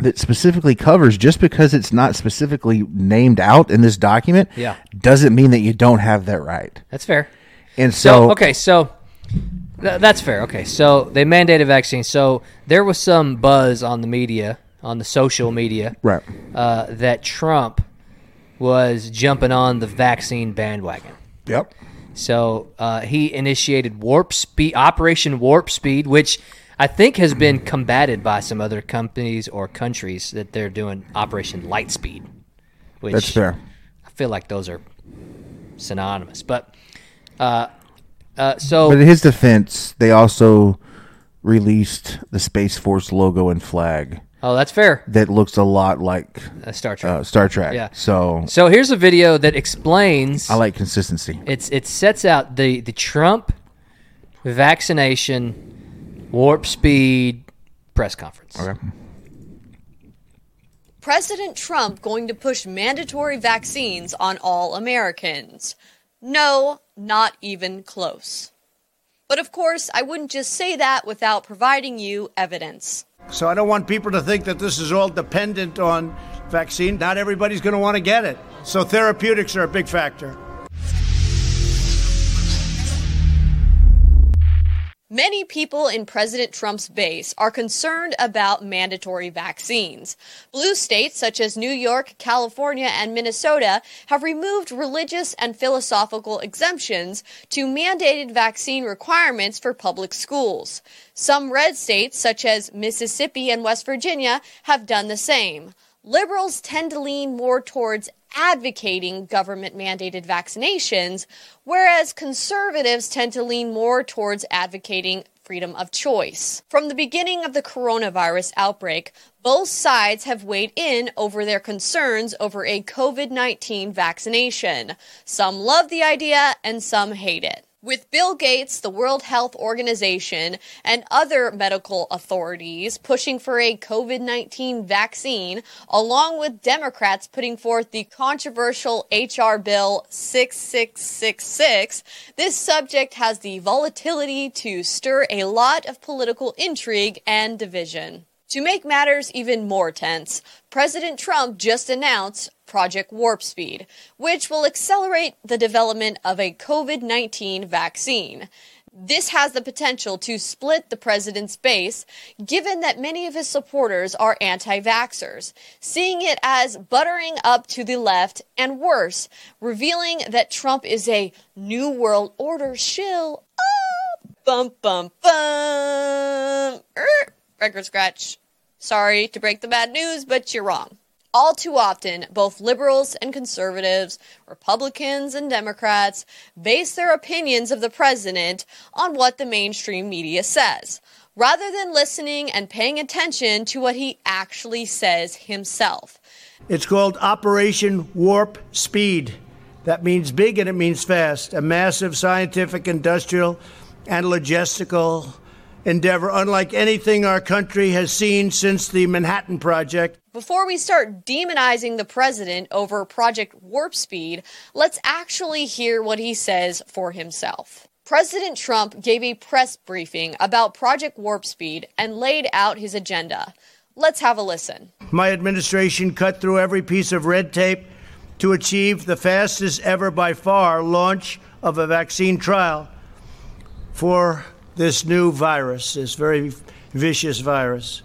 that specifically covers just because it's not specifically named out in this document
Yeah.
doesn't mean that you don't have that right.
That's fair.
And so,
So, okay, so th- that's fair. Okay, so they mandated vaccines. So there was some buzz on the media, on the social media,
right.
uh, that Trump was jumping on the vaccine bandwagon.
Yep.
So uh, he initiated warp speed, Operation Warp Speed, which I think has been combated by some other companies or countries that they're doing Operation Lightspeed. Which
That's fair.
I feel like those are synonymous, but. Uh, uh, so
But in his defense, they also released the Space Force logo and flag
Oh, that's fair.
that looks a lot like
Uh, Star Trek.
uh, Star Trek.
Yeah.
So
so here's a video that explains.
I like consistency.
it's it sets out the the Trump vaccination warp speed press conference. Okay.
President Trump going to push mandatory vaccines on all Americans. No, not even close. But of course, I wouldn't just say that without providing you evidence.
So I don't want people to think that this is all dependent on vaccine. Not everybody's going to want to get it. So therapeutics are a big factor.
Many people in President Trump's base are concerned about mandatory vaccines. Blue states such as New York, California, and Minnesota have removed religious and philosophical exemptions to mandated vaccine requirements for public schools. Some red states such as Mississippi and West Virginia have done the same. Liberals tend to lean more towards advocating government mandated vaccinations, whereas conservatives tend to lean more towards advocating freedom of choice. From the beginning of the coronavirus outbreak, both sides have weighed in over their concerns over a COVID 19 vaccination. Some love the idea and some hate it. With Bill Gates, the World Health Organization, and other medical authorities pushing for a COVID 19 vaccine, along with Democrats putting forth the controversial H.R. Bill 6666, this subject has the volatility to stir a lot of political intrigue and division. To make matters even more tense, President Trump just announced Project Warp Speed, which will accelerate the development of a COVID 19 vaccine. This has the potential to split the president's base, given that many of his supporters are anti vaxxers, seeing it as buttering up to the left, and worse, revealing that Trump is a New World Order shill. Ah, bum, bum, bum. Er, record scratch. Sorry to break the bad news, but you're wrong. All too often, both liberals and conservatives, Republicans and Democrats, base their opinions of the president on what the mainstream media says, rather than listening and paying attention to what he actually says himself.
It's called Operation Warp Speed. That means big and it means fast. A massive scientific, industrial, and logistical endeavor, unlike anything our country has seen since the Manhattan Project.
Before we start demonizing the president over Project Warp Speed, let's actually hear what he says for himself. President Trump gave a press briefing about Project Warp Speed and laid out his agenda. Let's have a listen.
My administration cut through every piece of red tape to achieve the fastest ever by far launch of a vaccine trial for this new virus, this very vicious virus.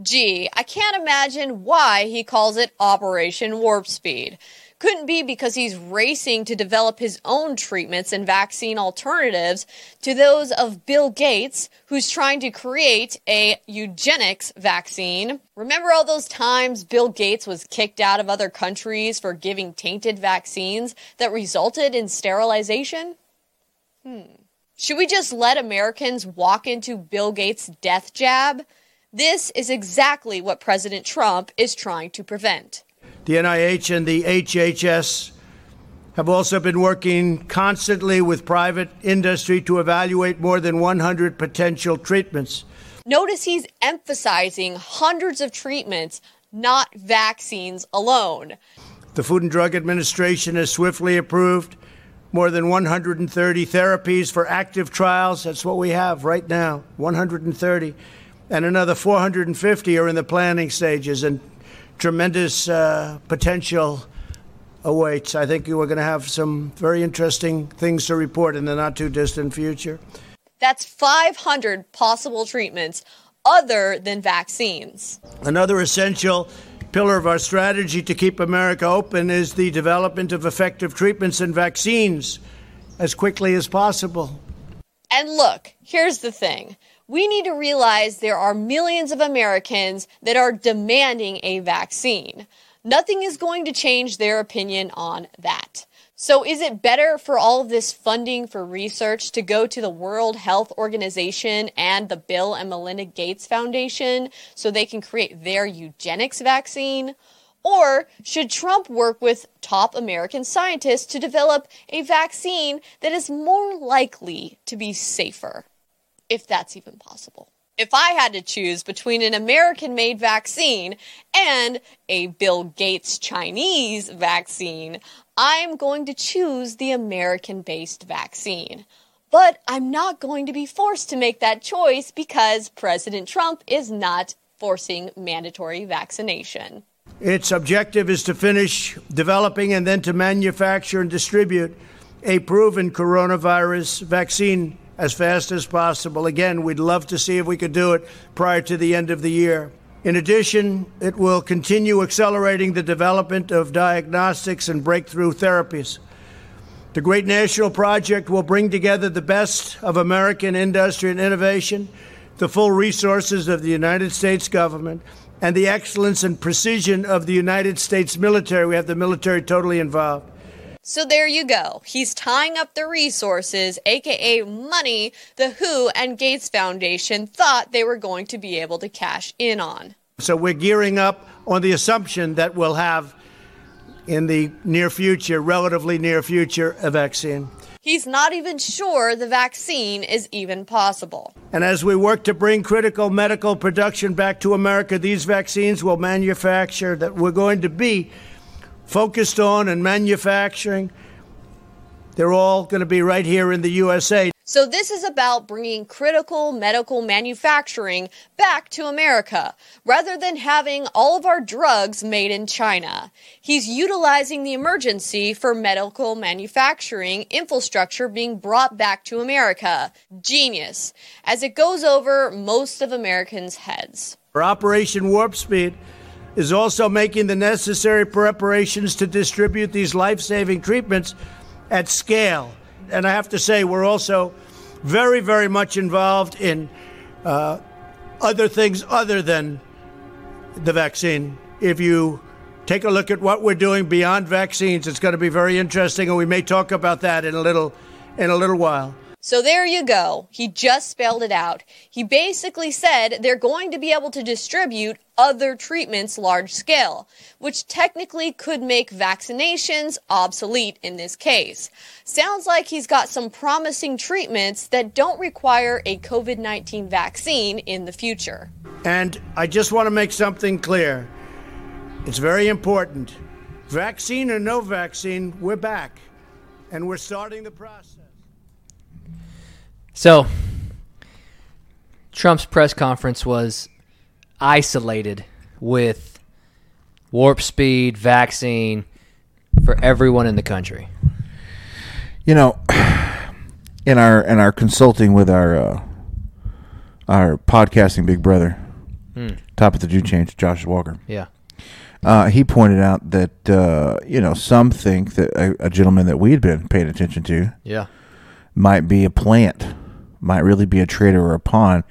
Gee, I can't imagine why he calls it Operation Warp Speed. Couldn't be because he's racing to develop his own treatments and vaccine alternatives to those of Bill Gates, who's trying to create a eugenics vaccine. Remember all those times Bill Gates was kicked out of other countries for giving tainted vaccines that resulted in sterilization? Hmm. Should we just let Americans walk into Bill Gates' death jab? This is exactly what President Trump is trying to prevent.
The NIH and the HHS have also been working constantly with private industry to evaluate more than 100 potential treatments.
Notice he's emphasizing hundreds of treatments, not vaccines alone.
The Food and Drug Administration has swiftly approved more than 130 therapies for active trials. That's what we have right now 130. And another 450 are in the planning stages, and tremendous uh, potential awaits. I think we're going to have some very interesting things to report in the not too distant future.
That's 500 possible treatments other than vaccines.
Another essential pillar of our strategy to keep America open is the development of effective treatments and vaccines as quickly as possible.
And look, here's the thing. We need to realize there are millions of Americans that are demanding a vaccine. Nothing is going to change their opinion on that. So, is it better for all of this funding for research to go to the World Health Organization and the Bill and Melinda Gates Foundation so they can create their eugenics vaccine? Or should Trump work with top American scientists to develop a vaccine that is more likely to be safer? if that's even possible. If I had to choose between an American made vaccine and a Bill Gates Chinese vaccine, I'm going to choose the American based vaccine. But I'm not going to be forced to make that choice because President Trump is not forcing mandatory vaccination.
Its objective is to finish developing and then to manufacture and distribute a proven coronavirus vaccine as fast as possible. Again, we'd love to see if we could do it prior to the end of the year. In addition, it will continue accelerating the development of diagnostics and breakthrough therapies. The great national project will bring together the best of American industry and innovation, the full resources of the United States government, and the excellence and precision of the United States military. We have the military totally involved.
So there you go. He's tying up the resources, aka money, the WHO and Gates Foundation thought they were going to be able to cash in on.
So we're gearing up on the assumption that we'll have in the near future, relatively near future, a vaccine.
He's not even sure the vaccine is even possible.
And as we work to bring critical medical production back to America, these vaccines will manufacture that we're going to be focused on and manufacturing. They're all going to be right here in the USA.
So, this is about bringing critical medical manufacturing back to America rather than having all of our drugs made in China. He's utilizing the emergency for medical manufacturing infrastructure being brought back to America. Genius, as it goes over most of Americans' heads.
Our Operation Warp Speed is also making the necessary preparations to distribute these life saving treatments at scale. And I have to say, we're also very, very much involved in uh, other things other than the vaccine. If you take a look at what we're doing beyond vaccines, it's going to be very interesting, and we may talk about that in a little, in a little while.
So there you go. He just spelled it out. He basically said they're going to be able to distribute other treatments large scale, which technically could make vaccinations obsolete in this case. Sounds like he's got some promising treatments that don't require a COVID 19 vaccine in the future.
And I just want to make something clear. It's very important. Vaccine or no vaccine, we're back, and we're starting the process.
So, Trump's press conference was isolated with warp speed vaccine for everyone in the country.
you know in our in our consulting with our uh, our podcasting big brother top of the do change josh walker
Yeah.
uh, he pointed out that uh, you know some think that a, a gentleman that we had been paying attention to
Yeah.
might be a plant might really be a traitor or a pawn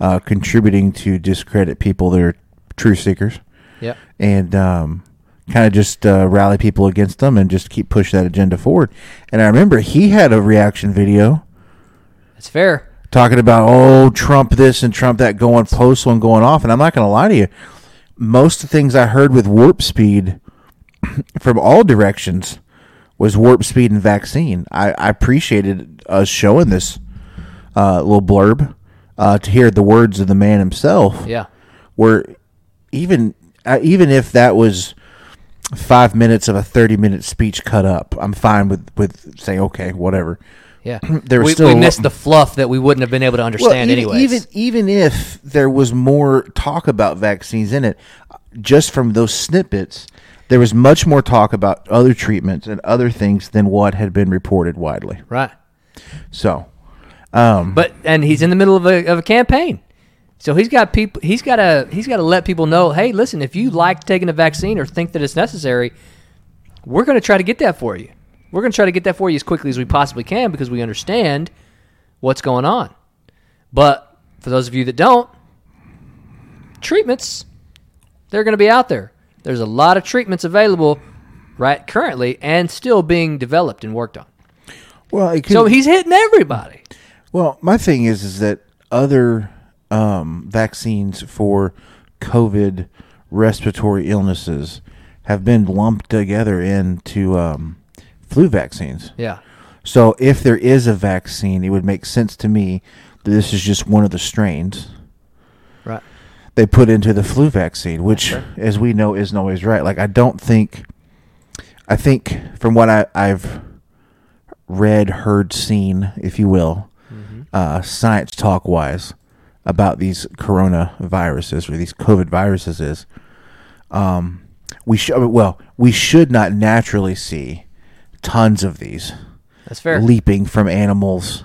uh, contributing to discredit people that are truth seekers
Yeah.
and um, kind of just uh, rally people against them and just keep push that agenda forward. And I remember he had a reaction video
That's fair.
talking about oh Trump this and Trump that going postal and going off. And I'm not going to lie to you, most of the things I heard with warp speed from all directions was warp speed and vaccine. I, I appreciated us showing this uh, little blurb. Uh, to hear the words of the man himself,
Yeah.
where even uh, even if that was five minutes of a thirty minute speech cut up, I'm fine with with saying okay, whatever.
Yeah.
There was
we,
still a
we
lo-
missed the fluff that we wouldn't have been able to understand
even,
anyways.
even even if there was more talk about vaccines in it, just from those snippets, there was much more talk about other treatments and other things than what had been reported widely.
right.
So
But and he's in the middle of a, of a campaign. So he's got people he's got to he's got to let people know, "Hey, listen, if you like taking a vaccine or think that it's necessary, we're going to try to get that for you. We're going to try to get that for you as quickly as we possibly can because we understand what's going on." But for those of you that don't, treatments they're going to be out there. There's a lot of treatments available right currently and still being developed and worked on.
well, it could,
So he's hitting everybody.
Well, my thing is is that other um, vaccines for COVID respiratory illnesses have been lumped together into um, flu vaccines.
Yeah.
So if there is a vaccine, it would make sense to me that this is just one of the strains
Right.
they put into the flu vaccine, which, as we know, isn't always right. Like I don't think, I think from what I, I've read, heard, seen, if you will, uh, science talk wise about these coronaviruses or these COVID viruses is, um, we should well we should not naturally see tons of these
That's fair.
leaping from animals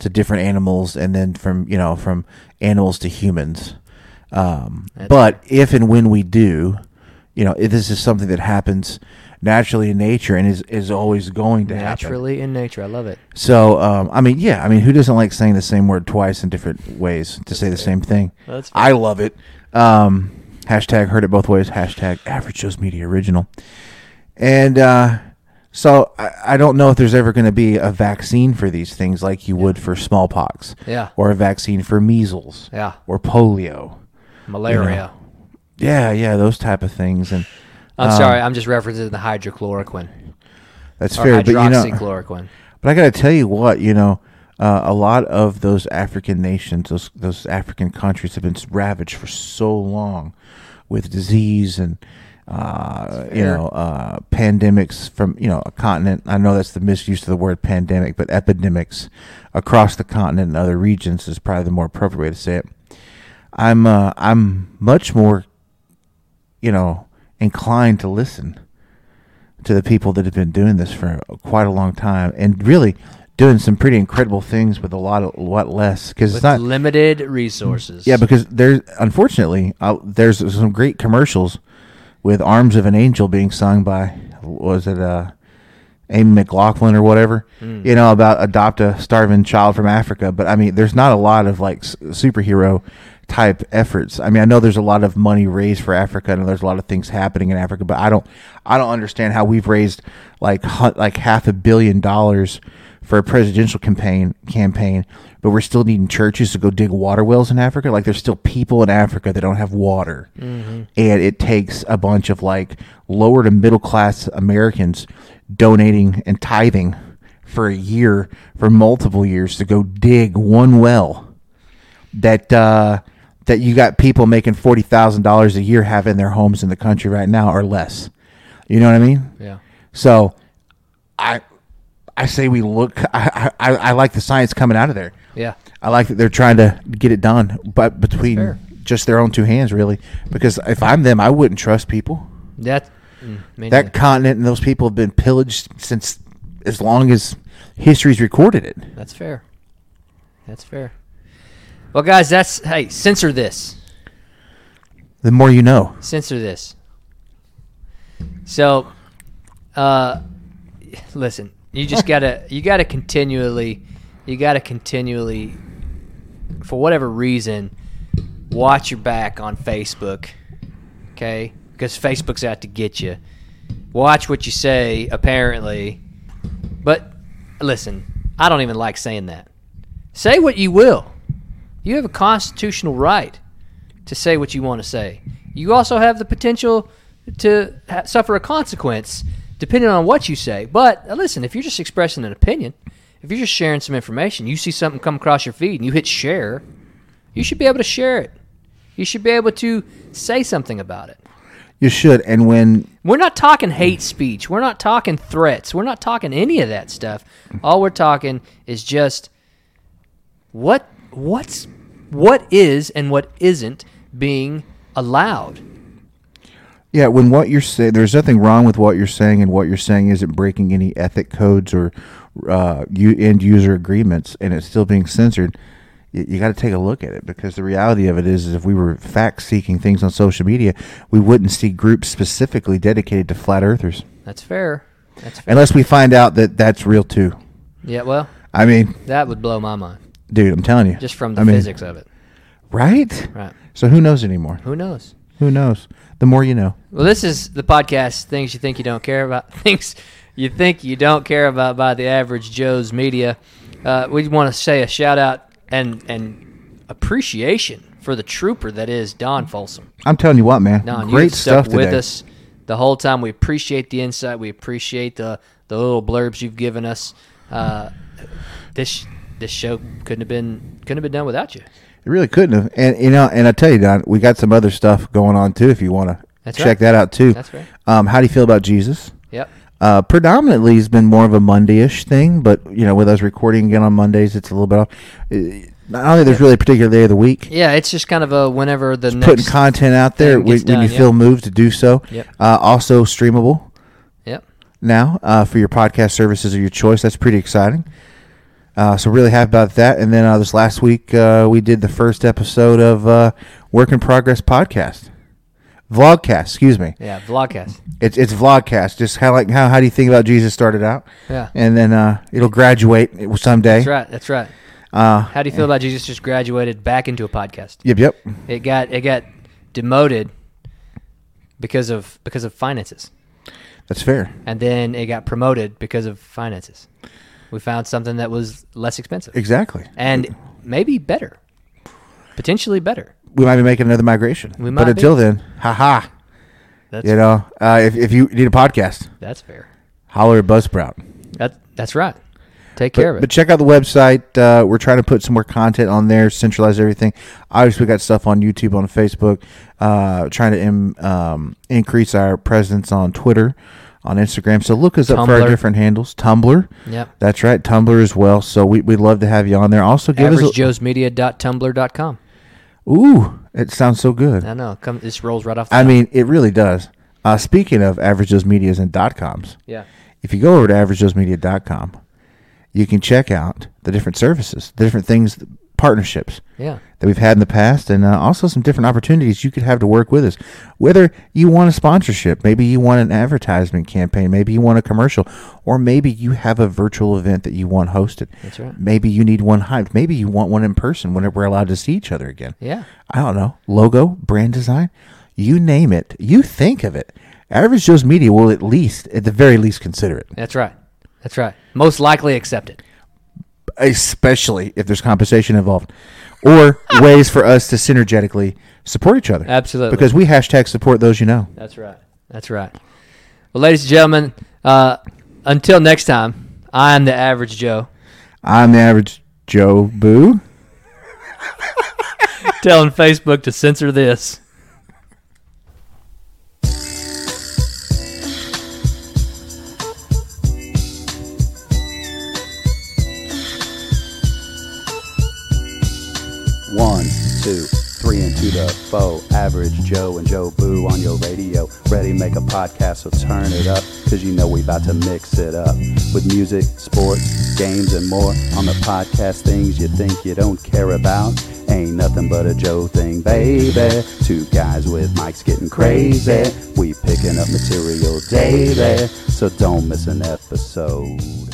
to different animals and then from you know from animals to humans um, but if and when we do you know if this is something that happens naturally in nature and is, is always going to happen
Naturally in nature. I love it.
so um, i mean yeah i mean who doesn't like saying the same word twice in different ways to say the same thing
That's fair.
i love it um, hashtag heard it both ways hashtag average shows media original and uh, so I, I don't know if there's ever going to be a vaccine for these things like you would for smallpox.
Yeah.
Or a vaccine for measles.
Yeah.
Or polio.
Malaria.
Yeah, yeah, those type of things. And um,
I'm sorry, I'm just referencing the hydrochloroquine
that's
or
fair. But you know,
hydroxychloroquine.
but But I got to tell you what, you know, uh, a lot of those African nations, those those African countries, have been ravaged for so long with disease and uh, you know uh, pandemics from you know a continent. I know that's the misuse of the word pandemic, but epidemics across the continent and other regions is probably the more appropriate way to say it. I'm uh, I'm much more, you know, inclined to listen to the people that have been doing this for quite a long time and really doing some pretty incredible things with a lot of a lot less because
with
it's not
limited resources.
yeah because there's unfortunately uh, there's some great commercials with "Arms of an Angel" being sung by was it uh Amy McLaughlin or whatever you know about adopt a starving child from Africa but I mean there's not a lot of like s- superhero type efforts I mean I know there's a lot of money raised for Africa and there's a lot of things happening in Africa but I don't I don't understand how we've raised like hu- like half a billion dollars for a presidential campaign campaign but we're still needing churches to go dig water wells in Africa like there's still people in Africa that don't have water and it takes a bunch of like lower to middle class Americans donating and tithing for a year for multiple years to go dig one well that uh, that you got people making forty thousand dollars a year have in their homes in the country right now or less. You know what I mean?
Yeah.
So, I I say we look. I I, I like the science coming out of there.
Yeah.
I like that they're trying to get it done, but between
Fair.
just their own two hands, really. Because if I'm them, I wouldn't trust people.
That. mm, me
That
neither.
continent and those people have been pillaged since as long as history's recorded it.
That's fair. That's fair. Well, guys, that's hey, censor this.
The more you know.
Censor this. So, uh, listen, you just gotta you gotta continually, you gotta continually, for whatever reason, watch your back on Facebook. Okay, because Facebook's out to get you. Watch what you say, apparently. But listen, I don't even like saying that. Say what you will. You have a constitutional right to say what you want to say. You also have the potential to ha- suffer a consequence depending on what you say. But uh, listen, if you're just expressing an opinion, if you're just sharing some information, you see something come across your feed and you hit share, you should be able to share it. You should be able to say something about it.
You should. And when
We're not talking hate speech. We're not talking threats. We're not talking any of that stuff. All we're talking is just what what's what is and what isn't being allowed.
Yeah, when what you're saying, there's nothing wrong with what you're saying, and what you're saying isn't breaking any ethic codes or uh, u- end user agreements, and it's still being censored. You, you got to take a look at it because the reality of it is, is if we were fact seeking things on social media, we wouldn't see groups specifically dedicated to flat earthers
That's fair. That's fair.
unless we find out that that's real too.
Yeah, well,
I mean,
that would blow my mind
dude, I'm telling you,
just from the
I mean,
physics of it.
right?
Right.
So who knows anymore?
Who knows?
Who knows? The more you know.
Well, this is the podcast things you think you don't care about, things you think you don't care about by the average Joe's media. Uh, we want to say a shout out and and appreciation for the trooper that is Don Folsom.
I'm telling you what, man.
Don,
great
you've stuck
stuff
with
today.
us the whole time. We appreciate the insight. We appreciate the the little blurbs you've given us. Uh, this this show couldn't have been couldn't have been done without you.
It really couldn't have. And you know, and I tell you, Don, we got some other stuff going on too. If you want to
That's
check
right.
that out too.
That's right.
Um, how do you feel about Jesus?
Yep.
Uh, predominantly, has been more of a Monday-ish thing, but you know, with us recording again on Mondays, it's a little bit off. Uh, I don't think there's really a particular day of the week.
Yeah, it's just kind of a whenever the next
Putting content out there
thing
when,
gets
when you
done,
feel
yeah.
moved to do so.
Yep.
Uh, also streamable
Yep.
now uh, for your podcast services of your choice. That's pretty exciting. Uh, so really happy about that. And then uh, this last week uh, we did the first episode of uh, Work in Progress podcast, vlogcast. Excuse me.
Yeah, vlogcast.
It's it's vlogcast. Just how like how how do you think about Jesus started out?
Yeah.
And then uh, it'll graduate someday.
That's right. That's right.
Eh? Uh,
How do you feel about Jesus just graduated back into a podcast?
yep. Yep.
It got it got demoted because of because of finances,
That's fair.
and then it got promoted because of finances. We found something that was less expensive
Exactly.
and maybe better, potentially better.
We might be making another migration.
We might
but
be.
until then, haha.
That's
You know, uh, if if you need a podcast,
that's fair.
holler at Buzzsprout.
That that's right. Take
But-
care of it.
But check out the website. Uh, we're trying to put some more content on there, centralize everything. Obviously, we got stuff on YouTube, on Facebook. Uh, trying to im- um, increase our presence on Twitter, on Instagram. So look us up for
Tumblr.
our different handles. Tumblr.
Yep.
That's right. Tumblr as well. So we we love to have you on there. Also, give us a,
AverageJoesMedia.tumblr.com.
ooh. It sounds so good.
I know. Come, this rolls right off the
I
tongue.
mean, it really does. Uh, speaking of average Joe's medias and dot coms,
Yeah.
if you go over to averagejoesmedia.com, you can check out the different services, the different things, partnerships
Yeah.
that we've had in the past, and uh, also some different opportunities you could have to work with us. Whether you want a sponsorship, maybe you want an advertisement campaign, maybe you want a commercial, or maybe you have a virtual event that you want hosted.
That's right.
Maybe you need one hyped. Maybe you want one in person whenever we're allowed to see each other again.
Yeah.
I don't know, logo, brand design, you name it, you think of it. Average Joe's Media will at least, at the very least, consider it,
That's right. That's right. Most likely accepted.
especially if there's compensation involved or ways for us to synergetically support each other.
Absolutely.
Because we hashtag support those you know.
That's right. That's right. Well, ladies and gentlemen, uh, until next time, I'm the average Joe
I'm the average Joe Boo.
telling Facebook to censor this.
One, two, three, and two to four. Average Joe and Joe Boo on your radio. Ready, make a podcast, so turn it up. Cause you know we about to mix it up. With music, sports, games, and more. On the podcast, things you think you don't care about. Ain't nothing but a Joe thing, baby. Two guys with mics getting crazy. We picking up material daily. So don't miss an episode.